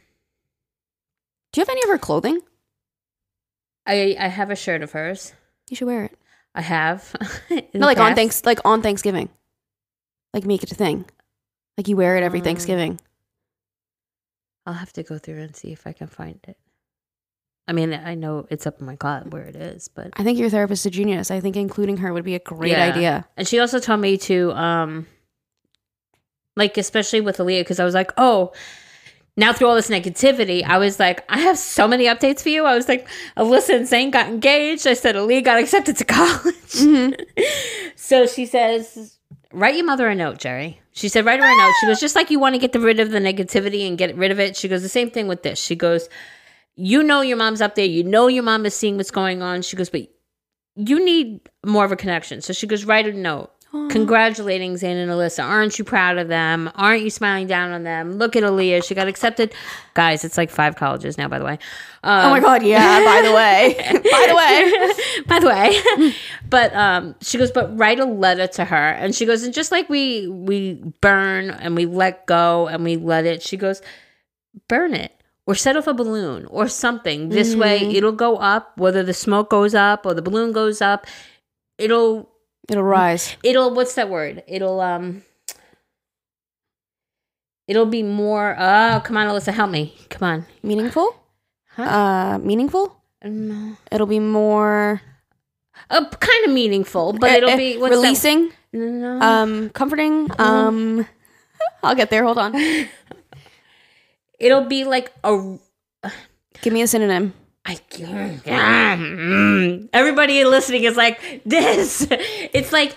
Do you have any of her clothing?
I I have a shirt of hers.
You should wear it.
I have.
No, like on thanks like on Thanksgiving. Like make it a thing. Like you wear it every
Um,
Thanksgiving.
I'll have to go through and see if I can find it. I mean, I know it's up in my closet where it is, but
I think your therapist's a genius. I think including her would be a great
Yeah.
idea.
And she also told me to, um, like, especially with Aaliyah, because I was like, oh, now through all this negativity, I was like, I have so many updates for you. I was like, Alyssa and Zane got engaged. I said, Aaliyah got accepted to college.
Mm-hmm.
so she says, write your mother a note, Jerry. She said, write her a note. She goes, just like you want to get rid of the negativity and get rid of it. She goes, the same thing with this. She goes, you know your mom's up there. You know your mom is seeing what's going on. She goes, but you need more of a connection. So she goes, write a note. Congratulating Zayn and Alyssa. Aren't you proud of them? Aren't you smiling down on them? Look at Aaliyah. She got accepted. Guys, it's like five colleges now, by the way. Um,
oh my god, yeah, by the way. by the way.
by the way but um she goes but write a letter to her and she goes and just like we we burn and we let go and we let it she goes burn it or set off a balloon or something this way
Mm-hmm.
it'll go up whether the smoke goes up or the balloon goes up it'll
It'll rise.
it'll what's that word it'll um it'll be more oh come on alyssa help me come on
Meaningful?
Huh?
Uh meaningful?
Um,
It'll be more
uh, kind of meaningful but
Eh,
it'll
eh,
be what's that- Mm-hmm.
releasing,
No.
um comforting, um I'll get there. Hold on.
it'll be like a
Give me a synonym.
I can't. Everybody listening is like this. It's like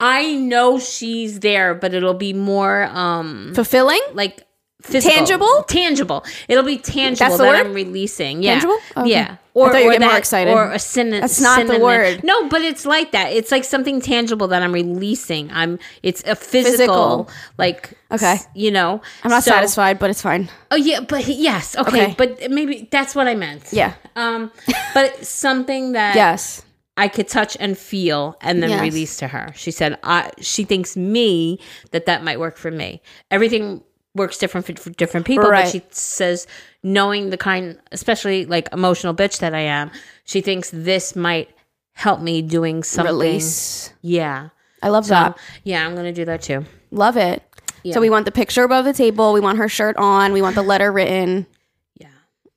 I know she's there, but it'll be more um
Fulfilling?
like physical.
Tangible?
Tangible. It'll be tangible
That's the
that
word?
I'm releasing. Yeah.
Tangible? Okay.
Yeah.
I thought you'd get more
that-
excited.
Or a synonym.
That's not the word.
No, but it's like that. It's like something tangible that I'm releasing. I'm. It's a physical.
Physical.
Like.
Okay.
s- You know.
I'm not
So-
satisfied, but it's fine.
Oh yeah, but yes. Okay,
Okay.
but maybe that's what I meant.
Yeah.
Um, but something that
Yes.
I could touch and feel and then
Yes.
release to her. She said, I, she thinks me that that might work for me. Everything works different for, for different people,
Right.
but she says, knowing the kind, especially like emotional bitch that I am, she thinks this might help me doing something.
Release.
Yeah.
I love
So,
that.
yeah, I'm going to do that too.
Love it.
Yeah.
So we want the picture above the table. We want her shirt on. We want the letter written.
Yeah.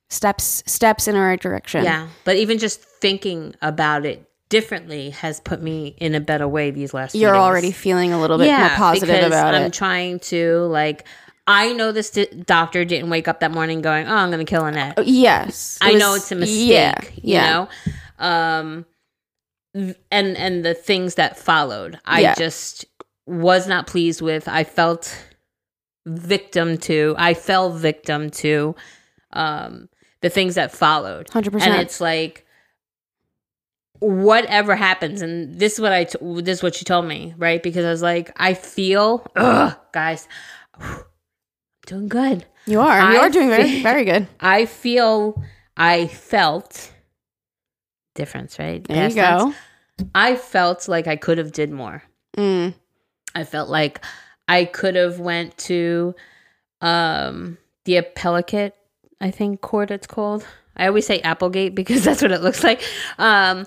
Steps steps in the right direction.
Yeah. But even just thinking about it differently has put me in a better way these last few
You're
days.
already feeling a little bit more positive
because
about
I'm
it.
trying to like. I know this di- doctor didn't wake up that morning going, "Oh, I'm going to kill Annette."
yes. It
I know
was-
it's a mistake.
Yeah. yeah.
You know, um, th- and and the things that followed, I
Yeah.
just was not pleased with. I felt victim to. I fell victim to um, the things that followed.
100%.
And it's like whatever happens, and this is what I t- this is what she told me, right? Because I was like, I feel, ugh, guys, doing good.
You are. you
I
are doing very
think-
very good.
I feel I felt difference, right?
There
Past
you go.
tense. I felt like I could have did more.
Mm.
I felt like I could have went to um the appellate, I think court it's called. I always say Applegate because that's what it looks like. Um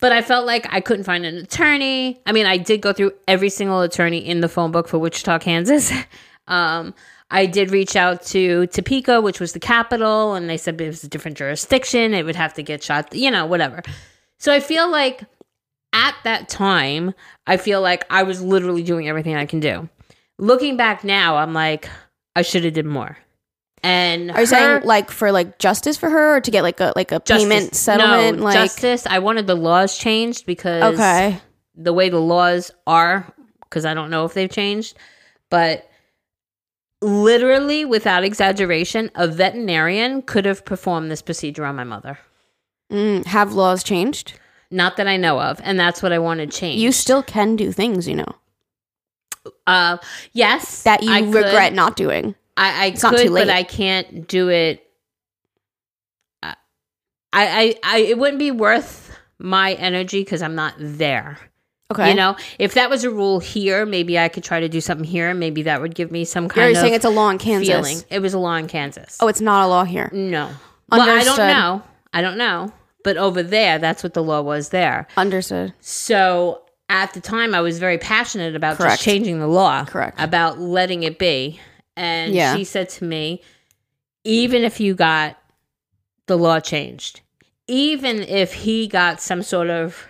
but I felt like I couldn't find an attorney. I mean, I did go through every single attorney in the phone book for Wichita, Kansas. um I did reach out to Topeka, which was the capital, and they said it was a different jurisdiction. It would have to get shot, you know, whatever. So I feel like at that time, I feel like I was literally doing everything I can do. Looking back now, I'm like, I should have did more. And
Are you saying like for like justice for her or to get like a like a payment settlement
No,
like
justice. I wanted the laws changed because
Okay.
the way the laws are, because I don't know if they've changed, but literally, without exaggeration, a veterinarian could have performed this procedure on my mother.
Mm, have laws changed?
Not that I know of, and that's what I wanted changed.
You still can do things, you know,
uh, yes,
that you
I could.
regret not doing.
I, I
It's
could,
not too late.
but I can't do it. I, I, I, it wouldn't be worth my energy because I'm not there.
Okay.
You know, if that was a rule here, maybe I could try to do something here, and maybe that would give me some
You're
kind of
saying it's a law in Kansas.
feeling. Mm, It was a law in Kansas.
Oh, it's not a law here.
no, well, I don't
Understood.
know. I don't know. But over there, that's what the law was there.
Understood.
So at the time, I was very passionate about
Correct.
just changing the law,
Correct.
About letting it be. And
Yeah.
she said to me, even if you got the law changed, even if he got some sort of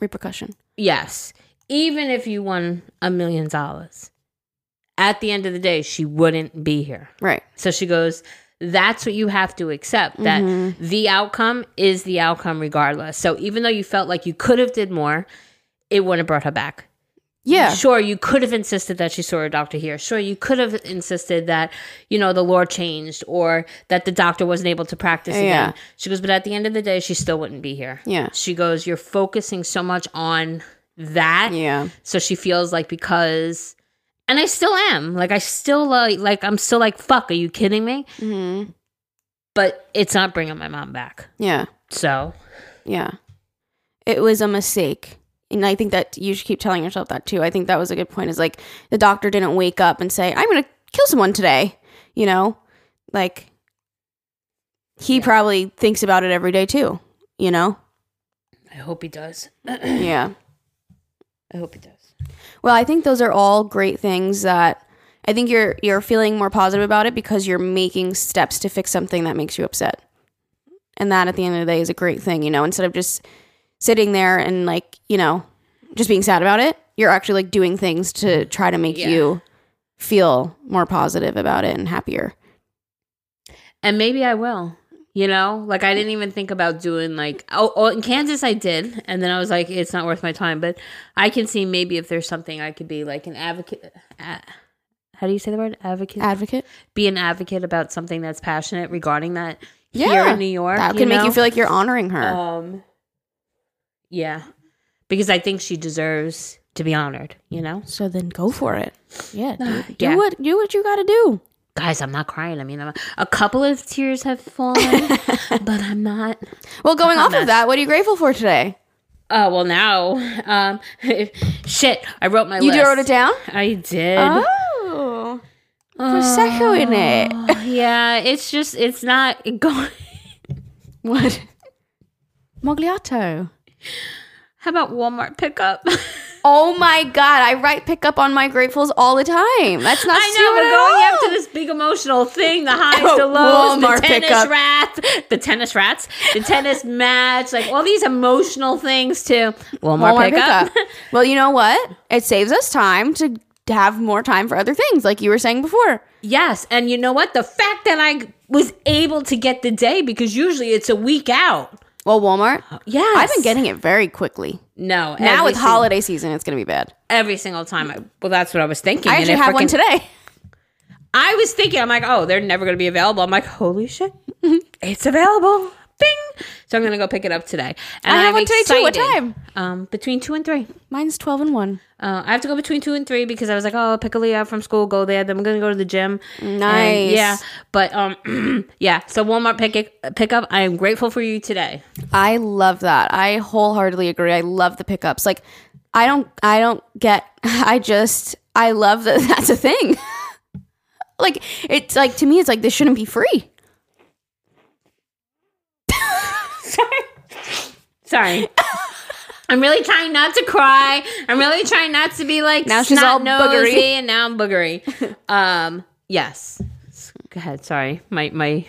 Repercussion.
yes, even if you won a million dollars, at the end of the day, she wouldn't be here.
Right.
So she goes, that's what you have to accept that
Mm-hmm.
the outcome is the outcome regardless. So even though you felt like you could have did more, it wouldn't have brought her back.
Yeah.
Sure, you could have insisted that she saw a doctor here. Sure, you could have insisted that, you know, the law changed or that the doctor wasn't able to practice
Yeah.
again. She goes, but at the end of the day, she still wouldn't be here.
Yeah.
She goes, you're focusing so much on that.
Yeah.
So she feels like because and I still am. Like I still like like I'm still like fuck, are you kidding me?
hmm
But it's not bringing my mom back.
Yeah.
So,
Yeah. It was a mistake. And I think that you should keep telling yourself that too. I think that was a good point is like the doctor didn't wake up and say, I'm going to kill someone today. You know, like he probably thinks about it every day too, you know?
I hope he does.
Yeah.
I hope he does.
Well, I think those are all great things that I think you're you're feeling more positive about it because you're making steps to fix something that makes you upset. And that at the end of the day is a great thing, you know, instead of just sitting there and like, you know, just being sad about it, you're actually like doing things to try to make
Yeah.
you feel more positive about it and happier.
And maybe I will. You know, like I didn't even think about doing like oh, oh in Kansas I did, and then I was like it's not worth my time. But I can see maybe if there's something I could be like an advocate, a- how do you say the word advocate?
Advocate.
Be an advocate about something that's passionate regarding that here
Yeah.
in New York.
That can make
know?
you feel like you're honoring her.
Um, yeah, because I think she deserves to be honored. You know,
so then go for it. Yeah. Do, do
Yeah.
what do what you gotta do.
guys, I'm not crying. I mean, I'm, a couple of tears have fallen, but I'm not.
Well, going off
mess.
of that, what are you grateful for today?
Oh well, now, um, shit, I wrote my
You
list.
did wrote it down?
I did.
Oh. Prosecco in it.
Oh, yeah, it's just it's not going.
What? Mogliato.
How about Walmart pickup?
Oh my god, I write pickup on my gratefuls all the time. That's not
I know
stupid
we're
at
going
all. Oh,
after this big emotional thing, the highs, the lows,
Walmart
the tennis
pickup.
rats, the tennis rats, the tennis match, like all these emotional things too. Walmart,
Walmart
pickup.
pickup. well, you know what? It saves us time to have more time for other things, like you were saying before.
yes, and you know what? The fact that I was able to get the day because usually it's a week out.
Well, Walmart,
Yes,
I've been getting it very quickly.
no
Now
every
with
sing-
holiday season, it's going to be bad.
every single time. I, well, that's what I was thinking.
I
and
actually
it
have one
frickin-
today.
I was thinking, I'm like, oh, they're never going to be available. I'm like, holy shit, it's available. Bing. So I'm going to go pick it up today. And
I have
I'm
one today, too. What
excited. Um, between two and three.
Mine's 12 and 1.
Uh, I have to go between two and three because I was like, oh, I'll pick Aaliyah up from school, go there. Then I'm going to go to the gym. And,
Nice.
yeah. But um, yeah. So Walmart pick pickup. I am grateful for you today.
I love that. I wholeheartedly agree. I love the pickups. Like I don't I don't get I just I love that that's a thing. like it's like to me it's like this shouldn't be free.
Sorry. I'm really trying not to cry. I'm really trying not to be like
Now she's all
snot-nosy,
boogery.
and now I'm boogery. um, yes. Go ahead. Sorry, my my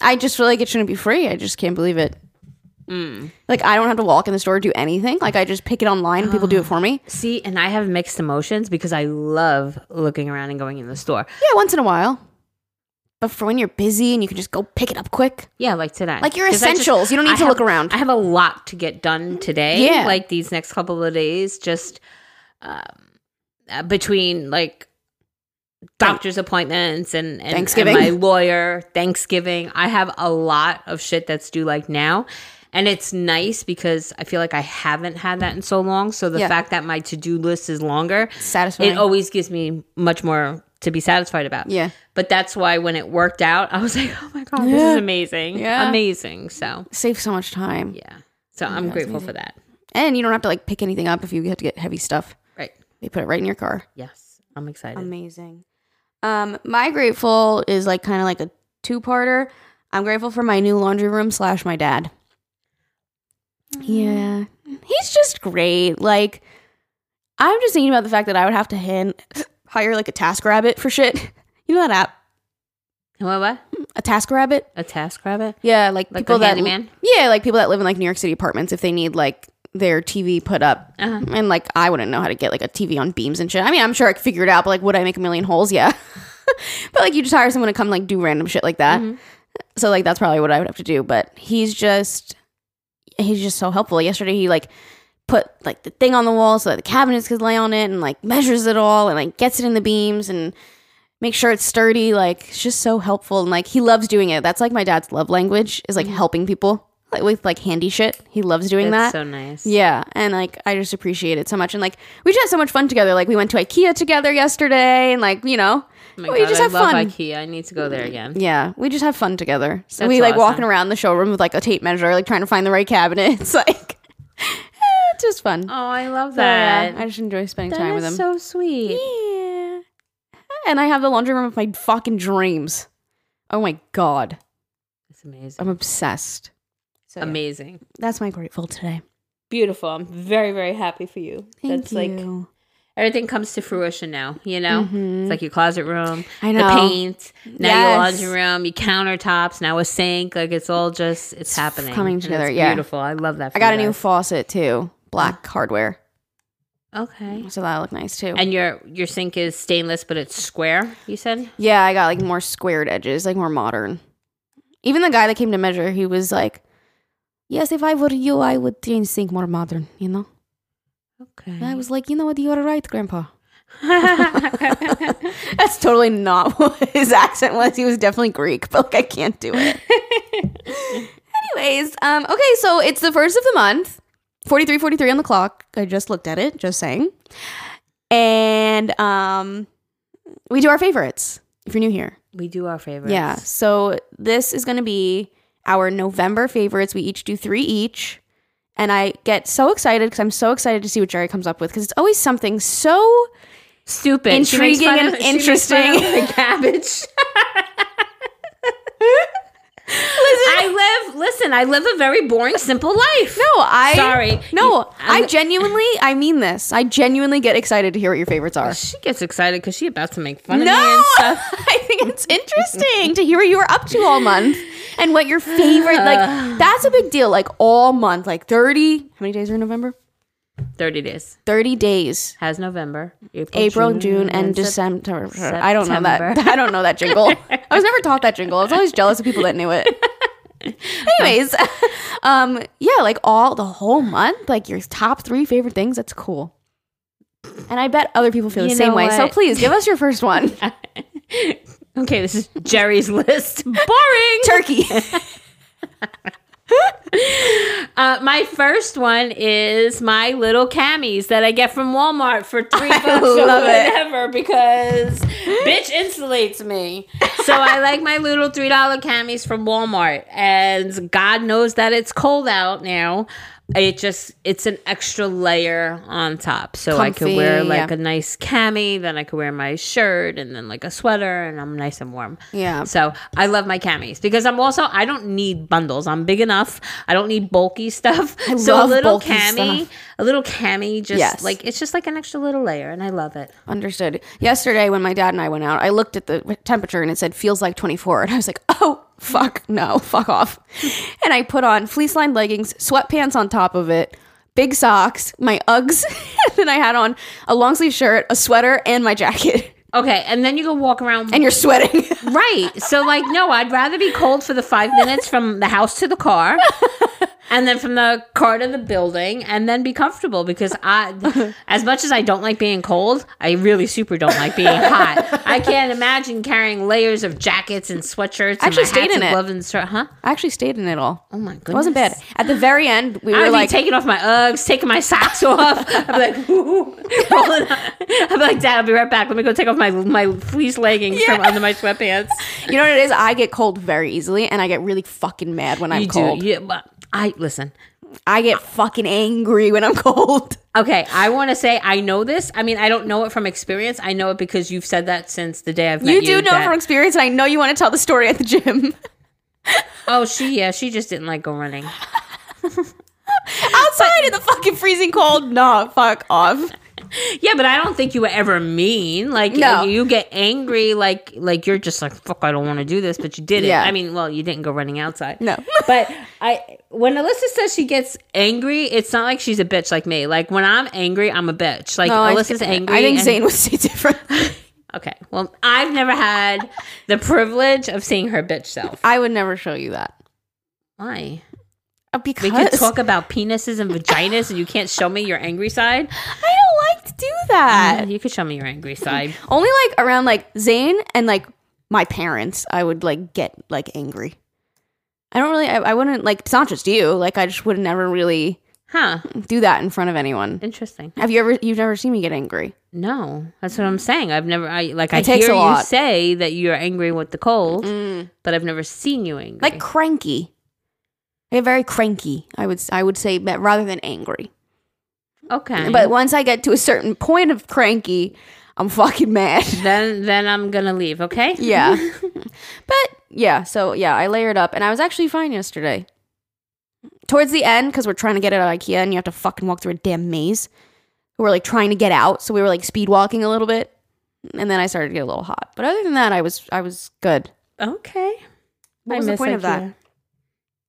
I just feel like it shouldn't be free. I just can't believe it. Like I don't have to walk in the store or do anything. Like I just pick it online and people do it for me.
see, and I have mixed emotions because I love looking around and going in the store.
Yeah, once in a while. But for when you're busy and you can just go pick it up quick.
Yeah, like today,
Like your
'Cause I just-
essentials. You don't need
I
to look
have-
around.
I have a lot to get done today.
Yeah.
like these next couple of days, just um, uh, between like doctor's appointments and, and and
Thanksgiving.
my lawyer, Thanksgiving. I have a lot of shit that's due like now. And it's nice because I feel like I haven't had that in so long. So the
Yeah.
fact that my to do list is longer,
Satisfying.
it always gives me much more to be satisfied about.
Yeah.
But that's why when it worked out, I was like, oh my God, this is amazing.
Yeah.
Amazing. So,
Saves so much time.
yeah. So I'm grateful for that.
And you don't have to like pick anything up if you have to get heavy stuff.
Right.
They put it right in your car.
Yes. I'm excited.
Amazing. Um, my grateful is like kind of like a two parter. I'm grateful for my new laundry room slash my dad. Yeah, he's just great. Like, I'm just thinking about the fact that I would have to hand, hire like a Task Rabbit for shit. You know that app,
what, what?
a Task Rabbit.
A task rabbit?
Yeah, like,
Like
people
the
that
handyman?
yeah, like people that live in like New York City apartments if they need like their TV put up.
Uh-huh.
And like I wouldn't know how to get like a TV on beams and shit. I mean, I'm sure I could figure it out, but like would I make a million holes? Yeah. but like you just hire someone to come like do random shit like that.
Mm-hmm.
So like that's probably what I would have to do, but he's just he's just so helpful. Yesterday he like put like the thing on the wall so that the cabinets could lay on it and like measures it all and like gets it in the beams and make sure it's sturdy. Like it's just so helpful and like he loves doing it. That's like my dad's love language is like helping people like with like handy shit. He loves doing
Mm-hmm. That's
that.
so nice.
yeah, and like I just appreciate it so much, and like we just had so much fun together. Like we went to IKEA together yesterday, and like you know,
Oh my
we
God,
just
I
have
love
fun.
IKEA. I need to go there again.
Yeah, we just have fun together. So
That's
we like
awesome.
walking around the showroom with like a tape measure, like trying to find the right cabinet. It's like eh, it's just fun.
Oh, I love
So, yeah,
that.
I just enjoy spending
That
time with
is
him.
so sweet.
Yeah. And I have the laundry room of my fucking dreams. Oh my god,
It's amazing.
I'm obsessed. So yeah,
amazing.
that's my grateful today.
Beautiful. I'm very, very happy for you.
Thank
That's
you.
like everything comes to fruition now, you know? It's like your closet room,
Mm-hmm. I
the
know.
paint, now
Yes.
your laundry room, your countertops, now a sink. Like it's all just it's, happening.
coming
And it's
together, yeah.
Beautiful. I love that.
I
For
got a
you
new
guys.
faucet too, black hardware,
Okay.
so that'll look nice too.
And your your sink is stainless but it's square, you said?
Yeah, I got like more squared edges, like more modern. Even the guy that came to measure, he was like, Yes, if I were you, I would change things more modern, you know?
Okay.
And I was like, You know what? You're right, Grandpa. That's totally not what his accent was. He was definitely Greek, but like I can't do it. Anyways, um, okay, so it's the first of the month, 43-43 on the clock. I just looked at it, just saying. And um, we do our favorites if you're new here.
we do our favorites.
Yeah. So this is going to be our November favorites. We each do three each. And I get so excited because I'm so excited to see what Jerry comes up with because it's always something so
Stupid. She
Intriguing
makes fun
and
of- she makes fun of
interesting.
the cabbage. I live. Listen, I live a very boring, simple life.
No, I
Sorry.
No,
You-
I
I'm-
genuinely, I mean this. I genuinely get excited to hear what your favorites are.
She gets excited because she about to make fun
No,
of me and stuff.
I think it's interesting to hear what you were up to all month and what your favorite. Like that's a big deal. Like all month, like thirty. How many days are in November?
Thirty days
Thirty days.
has November, April,
April, June, and December. I don't know that.
September.
I don't know that jingle. I was never taught that jingle. I was always jealous of people that knew it. Anyways, um, yeah, like all the whole month, like your top three favorite things. That's cool. And I bet other people feel the
You
same
know
way. So
what?
please give us your first one.
Okay, this is Jerry's list. Boring.
Turkey.
Uh, my first one is my little camis that I get from Walmart for three bucks or
love it.
whatever because bitch insulates me. So I like my little three dollar camis from Walmart, and God knows that it's cold out now. It just it's an extra layer on top, so I could wear
Comfy,
like
yeah.
a nice cami, then I could wear my shirt, and then like a sweater, and I'm nice and warm.
Yeah.
So I love my camis because I'm also I don't need bundles. I'm big enough. I don't need bulky stuff.
I
so
love
a little
bulky
cami, a little cami, just
Yes.
like it's just like an extra little layer, and I love it.
Understood. Yesterday, when my dad and I went out, I looked at the temperature and it said feels like 24. And I was like, oh, fuck, no, fuck off. And I put on fleece lined leggings, sweatpants on top of it, big socks, my Uggs. and then I had on a long sleeve shirt, a sweater, and my jacket.
Okay, and then you go walk around.
And you're sweating.
right. So like, no, I'd rather be cold for the five minutes from the house to the car. And then from the car to the building, and then be comfortable because I, as much as I don't like being cold, I really super don't like being hot. I can't imagine carrying layers of jackets and sweatshirts. and
Actually
my
stayed
hats
in
and
it.
gloves and shirt, huh?
I actually stayed in it all.
Oh my goodness.
It wasn't bad. At the very end, we
I
were
would
like,
be taking off my Uggs, taking my socks off. I'm like, ooh, rolling up. I'm like, Dad, I'll be right back. Let me go take off my my fleece leggings from under my sweatpants.
you know what it is? I get cold very easily and I get really fucking mad when I'm
you
cold.
do, yeah. But I listen.
I get fucking angry when I'm cold.
Okay, I want to say I know this. I mean, I don't know it from experience. I know it because you've said that since the day I've met
You
you.
do know
that-
from experience, and I know you want to tell the story at the gym.
Oh, she yeah, she just didn't like go running.
outside in the fucking freezing cold. Nah, fuck off.
Yeah, but I don't think you were ever mean. Like
No.
you get angry, like like you're just like fuck, I don't want to do this, but you did it.
Yeah.
I mean, well, you didn't go running outside.
No.
but I when Alyssa says she gets angry, it's not like she's a bitch like me. Like when I'm angry, I'm a bitch. Like Alyssa's angry.
I think
and-
Zane would say different.
Okay, well, I've never had the privilege of seeing her bitch self.
I would never show you that
Why?
Uh, because
We could talk about penises and vaginas, and you can't show me your angry side.
I don't like to do that.
You could show me your angry side.
Only like around like Zane and like my parents, I would like get like angry. I don't really. I, I wouldn't like. It's not just you. Like I just would never really
Huh?
do that in front of anyone.
Interesting.
Have you ever? You've never seen me get angry.
No, that's what I'm saying. I've never, I like, I
It takes
hear
a
you
lot. Mm.
say that you're angry with the cold, but I've never seen you angry.
Like cranky. I get very cranky. I would. I would say but rather than angry.
okay,
But once I get to a certain point of cranky, I'm fucking mad.
then then I'm gonna leave. Okay,
yeah. but yeah, so yeah, I layered up and I was actually fine yesterday. Towards the end, because we're trying to get out of IKEA and you have to fucking walk through a damn maze. We were like trying to get out, so we were like speed walking a little bit. And then I started to get a little hot. But other than that, I was I was good.
okay.
What was the
miss
point of that?
IKEA.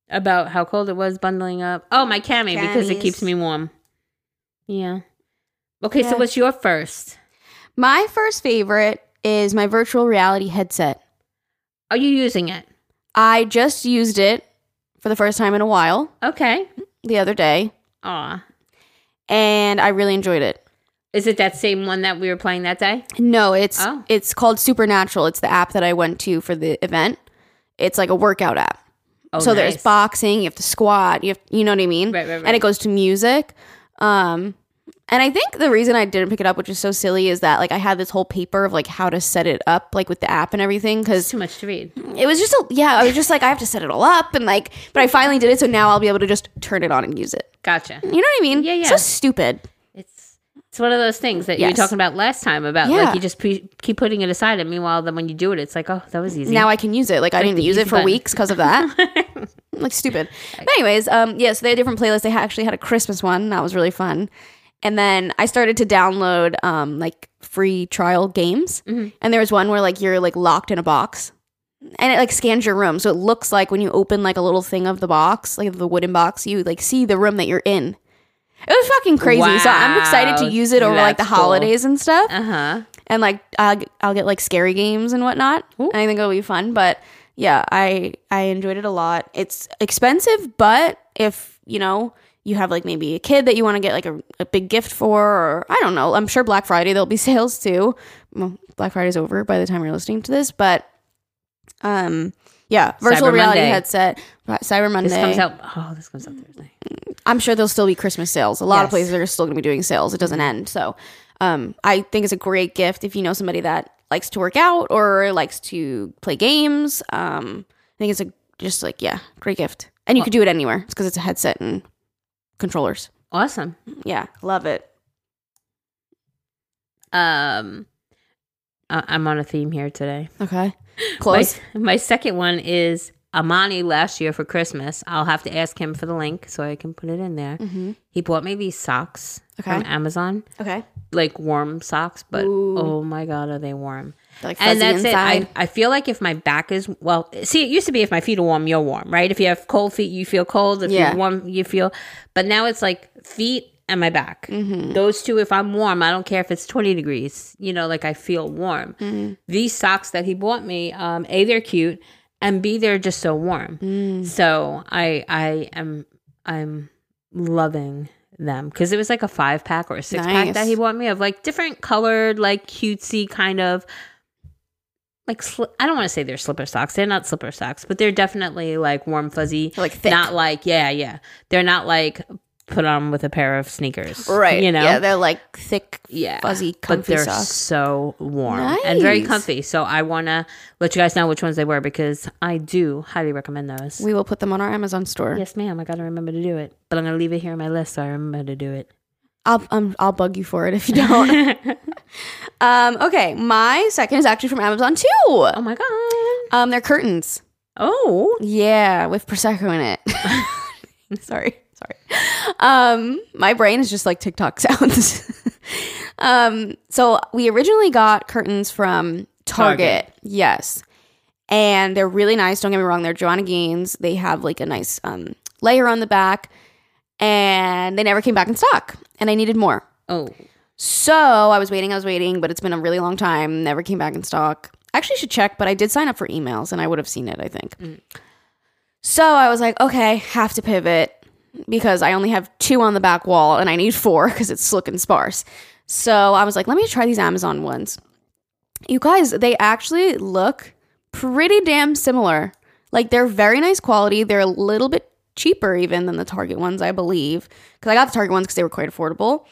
About how cold it was bundling up. Oh, my cami because it
Camis.
keeps me warm. Yeah. Okay,
Yeah.
so what's your first?
My first favorite is my virtual reality headset.
Are you using it?
I just used it for the first time in a while
Okay.
the other day,
Aw.
and I really enjoyed it.
Is it that same one that we were playing that day?
No, it's
Oh.
it's called Supernatural. It's the app that I went to for the event. It's like a workout app.
Oh,
so there's
nice.
boxing, you have to squat, you have, you know what I mean?
Right, right, right.
And it goes to music. Um and I think the reason I didn't pick it up, which is so silly, is that like I had this whole paper of like how to set it up, like with the app and everything, because
too much to read.
it was just a yeah, I was just like I have to set it all up and like, but I finally did it, so now I'll be able to just turn it on and use it.
Gotcha.
You know what I mean?
Yeah, yeah.
So stupid.
It's it's one of those things that you
Yes.
were talking about last time about
Yeah.
like you just pre- keep putting it aside, and meanwhile, then when you do it, it's like, oh, that was easy.
Now I can use it. Like I didn't
the
use
easy
it for
button.
weeks because of that. like stupid. But anyways, um, yeah. So they had different playlists. They ha- actually had a Christmas one that was really fun. And then I started to download um like free trial games.
Mm-hmm.
And there was one where like you're like locked in a box, and it like scans your room. So it looks like when you open like a little thing of the box, like the wooden box, you like see the room that you're in. It was fucking crazy. So I'm excited to
Wow.
use it over like the
That's cool.
holidays and stuff
uh huh.
and like I'll, g- I'll get like scary games and whatnot. I think it'll be fun, but yeah, I I enjoyed it a lot. It's expensive, but if you know you have like maybe a kid that you want to get like a, a big gift for, or I don't know, I'm sure Black Friday there'll be sales too. Well, Black Friday's over by the time you're listening to this, but um, yeah, virtual
Cyber
reality
Monday.
headset, Ri- Cyber Monday.
This comes out. Oh, this comes out Thursday.
I'm sure there'll still be Christmas sales. A lot of
Yes.
places are still going to be doing sales. It doesn't end. So um, I think it's a great gift if you know somebody that likes to work out or likes to play games. Um, I think it's a just like yeah, great gift. And you could do it anywhere. It's because it's a headset and controllers.
Awesome.
Yeah, love it.
Um, I- I'm on a theme here today.
Okay, close.
My, my second one is Amani last year for Christmas. I'll have to ask him for the link so I can put it in there.
Mhm.
He bought me these socks
Okay.
from Amazon,
Okay,
like warm socks, but
Ooh.
oh my God, are they warm?
They're, like
and that's
inside.
it. I, I feel like if my back is well, see, it used to be if my feet are warm, you're warm, right? If you have cold feet, you feel cold. If
Yeah.
you're warm, you feel. But now it's like feet and my back.
Mm-hmm.
Those two, if I'm warm, I don't care if it's 20 degrees. You know, like I feel warm.
Mm-hmm.
These socks that he bought me, um, a they're cute, and b they're just so warm.
Mm.
So I I am I'm loving them because it was like a five pack or a six pack that
Nice.
he bought me of like different colored like cutesy kind of like sli- I don't want to say they're slipper socks. They're not slipper socks, but they're definitely like warm fuzzy.
Like thick.
Not like yeah, yeah. They're not like put on with a pair of sneakers,
right.
You know,
yeah, they're like thick,
yeah,
fuzzy,
but
comfy
they're
socks.
so warm and very
Nice.
comfy. So I want to let you guys know which ones they were because I do highly recommend those.
We will put them on our Amazon store.
yes, ma'am. I got to remember to do it, but I'm gonna leave it here on my list so I remember to do it.
I'll um, I'll bug you for it if you don't. um, okay, my second is actually from Amazon too.
Oh my god.
Um, they're curtains.
Oh,
Yeah, with prosecco in it. sorry, sorry. Um, my brain is just like TikTok sounds. um, so we originally got curtains from Target.
Target.
Yes, and they're really nice. Don't get me wrong; they're Joanna Gaines. They have like a nice um, layer on the back, and they never came back in stock. And I needed more.
oh,
So I was waiting, I was waiting, but it's been a really long time. Never came back in stock. I actually should check, but I did sign up for emails and I would have seen it, I think. So I was like, okay, have to pivot because I only have two on the back wall and I need four because it's looking sparse. So I was like, let me try these Amazon ones. You guys, they actually look pretty damn similar. Like they're very nice quality. They're a little bit cheaper even than the Target ones, I believe. Because I got the Target ones because they were quite affordable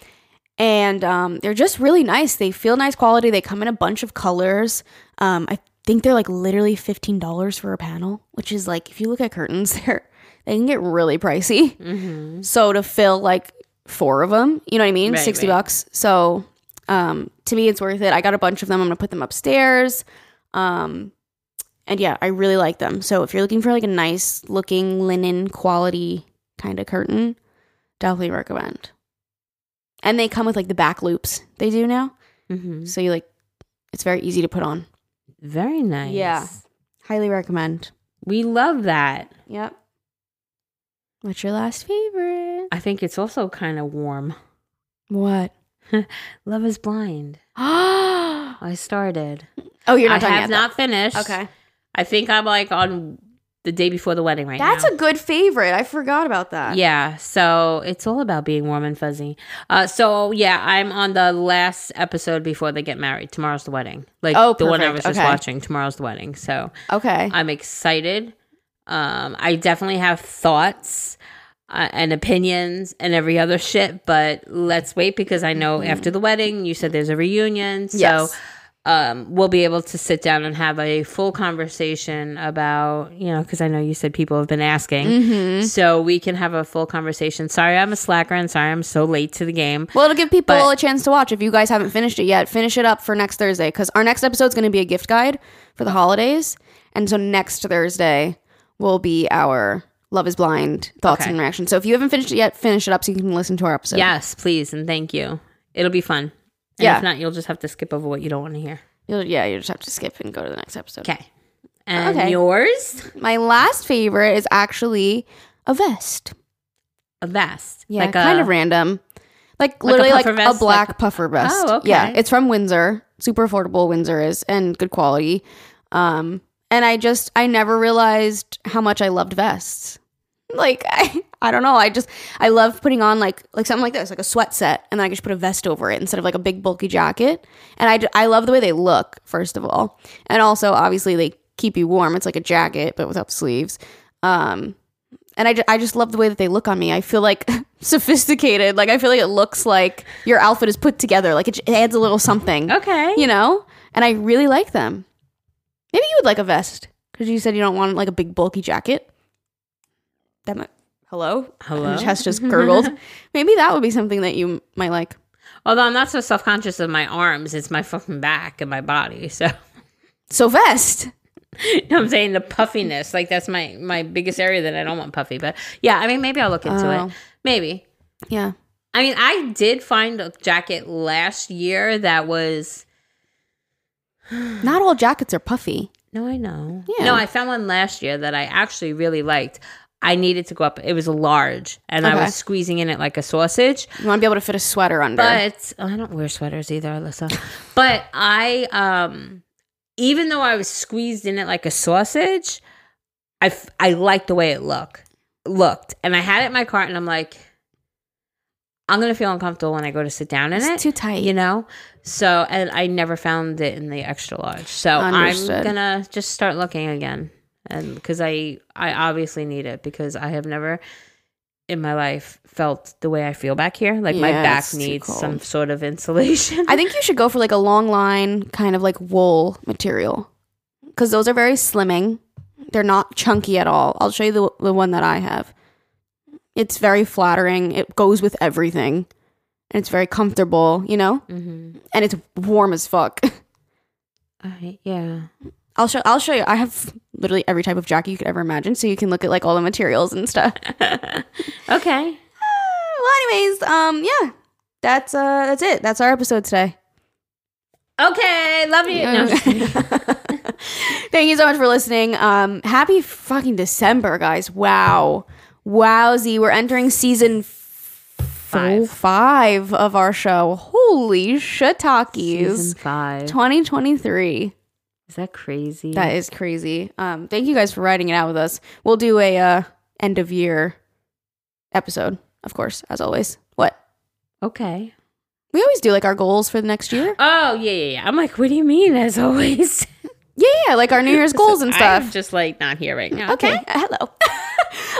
and um, they're just really nice. They feel nice quality. They come in a bunch of colors. Um, I think they're like literally fifteen dollars for a panel, which is like if you look at curtains, they're they can get really pricey.
Mm-hmm.
So to fill like four of them, you know what I mean,
Right,
sixty
right.
bucks. So um, to me, it's worth it. I got a bunch of them. I'm gonna put them upstairs. Um, and yeah, I really like them. So if you're looking for like a nice looking linen quality kind of curtain, definitely recommend. And they come with like the back loops they do now.
hmm
So you like, it's very easy to put on.
very nice.
Yeah. Highly recommend.
we love that.
Yep. What's your last favorite?
I think it's also kind of warm.
What?
Love is blind.
oh,
I started.
you're not
I
done yet,
have not finished.
though. Okay.
I think I'm like on the day before the wedding right
That's
now.
a good favorite. I forgot about that.
yeah, so it's all about being warm and fuzzy. Uh, so yeah, I'm on the last episode before they get married. Tomorrow's the wedding. Like
Oh,
the one I
perfect.
was just
Okay.
watching. Tomorrow's the wedding. So
Okay.
I'm excited. Um, I definitely have thoughts uh, and opinions and every other shit, but let's wait because I know after the wedding, you said there's a reunion. So
Mm-hmm. Yes.
um, we'll be able to sit down and have a full conversation about, you know, because I know you said people have been asking.
hmm
So we can have a full conversation. Sorry, I'm a slacker and sorry I'm so late to the game.
Well, it'll give people
But-
a chance to watch. If you guys haven't finished it yet, finish it up for next Thursday because our next episode is going to be a gift guide for the holidays. And so next Thursday will be our Love is Blind thoughts
Okay.
and reactions. So if you haven't finished it yet, finish it up so you can listen to our episode.
Yes, please and thank you. It'll be fun. And
Yeah.
If not, you'll just have to skip over what you don't want to hear.
You'll, yeah, you just have to skip and go to the next episode.
Okay. And
Okay.
yours?
My last favorite is actually a vest.
a vest.
Yeah,
like
kind
a,
of random. Like,
a
literally like
puffer vest,
a
like
black
a-
puffer vest.
Oh, okay.
Yeah, it's from Windsor. Super affordable Windsor is and good quality. Um and I just I never realized how much I loved vests. Like I I don't know, I just I love putting on like like something like this, like a sweat set and then I can just put a vest over it instead of like a big bulky jacket. And I d- I love the way they look first of all. And also obviously they keep you warm. It's like a jacket but without sleeves. Um and I, ju- I just love the way that they look on me. I feel like sophisticated. Like I feel like it looks like your outfit is put together. Like it, j- it adds a little something,
Okay.
you know. And I really like them. Maybe you would like a vest because you said you don't want like a big bulky jacket. That might, hello,
Hello?
My chest just gurgled. Maybe that would be something that you m- might like.
Although I'm not so self conscious of my arms, it's my fucking back and my body. So
So vest.
you know what I'm saying the puffiness, like that's my my biggest area that I don't want puffy. But yeah, I mean maybe I'll look into
Oh.
it. Maybe.
Yeah.
I mean, I did find a jacket last year that was
Not all jackets are puffy.
no, I know.
Yeah.
No, I found one last year that I actually really liked. I needed to go up. It was a large, and I
Okay.
was squeezing in it like a sausage.
You want to be able to fit a sweater under.
But oh, I don't wear sweaters either, Alyssa. but I, um, even though I was squeezed in it like a sausage, I f- I liked the way it look looked, and I had it in my cart, and I'm like, I'm gonna feel uncomfortable when I go to sit down in
it's
it.
too tight.
you know, so and I never found it in the extra large, so I'm
Understood.
gonna just start looking again, and because I I obviously need it because I have never in my life felt the way I feel back here. Like my
Yeah,
back
it's too
needs
cold.
some sort of insulation.
I think you should go for like a long line kind of like wool material because those are very slimming. They're not chunky at all. I'll show you the, the one that I have. It's very flattering. It goes with everything. And it's very comfortable, you know?
hmm
And it's warm as fuck.
All right, yeah.
I'll show I'll show you. I have literally every type of jacket you could ever imagine so you can look at like all the materials and stuff.
Okay.
well, anyways, um yeah. That's uh that's it. That's our episode today.
Okay. Love you. No, I'm just kidding.
Thank you so much for listening. Um, happy fucking December, guys. Wow. Wowzee. We're entering season five,
Five.
five of our show. Holy shiitakes.
Season five.
2023.
Is that crazy?
That is crazy. Um, thank you guys for writing it out with us. We'll do a uh, end of year episode, of course, as always. What?
okay.
We always do like our goals for the next year.
Oh yeah, yeah, yeah. I'm like, what do you mean? As always.
Yeah, yeah, like our New Year's goals and stuff.
I'm just like not here right now.
okay. Uh, Hello.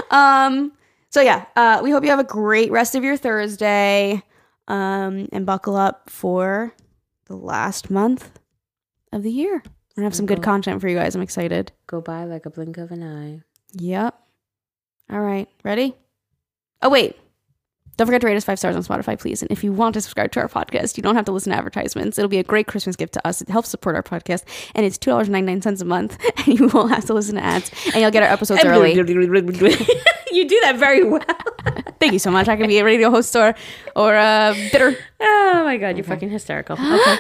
um, so yeah, uh, we hope you have a great rest of your Thursday. Um, and buckle up for the last month of the year. We're gonna have some good content for you guys. I'm excited.
Go by like a blink of an eye.
Yep. All right. Ready? Oh wait. Don't forget to rate us five stars on Spotify, please. And if you want to subscribe to our podcast, you don't have to listen to advertisements. It'll be a great Christmas gift to us. It helps support our podcast, and it's two dollars ninety nine cents a month. And you won't have to listen to ads, and you'll get our episodes early.
you do that very well.
Thank you so much. I can be a radio host or or a bitter.
Oh my god, you're fucking hysterical. Okay.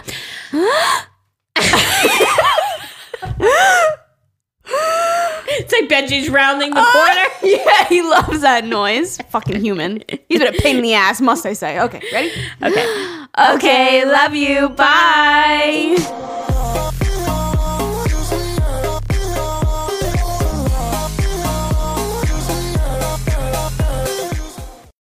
it's like Benji's rounding the corner.
yeah, he loves that noise. Fucking human. He's been a pain in the ass, must I say. Okay, ready? Okay. Okay, love you. Bye.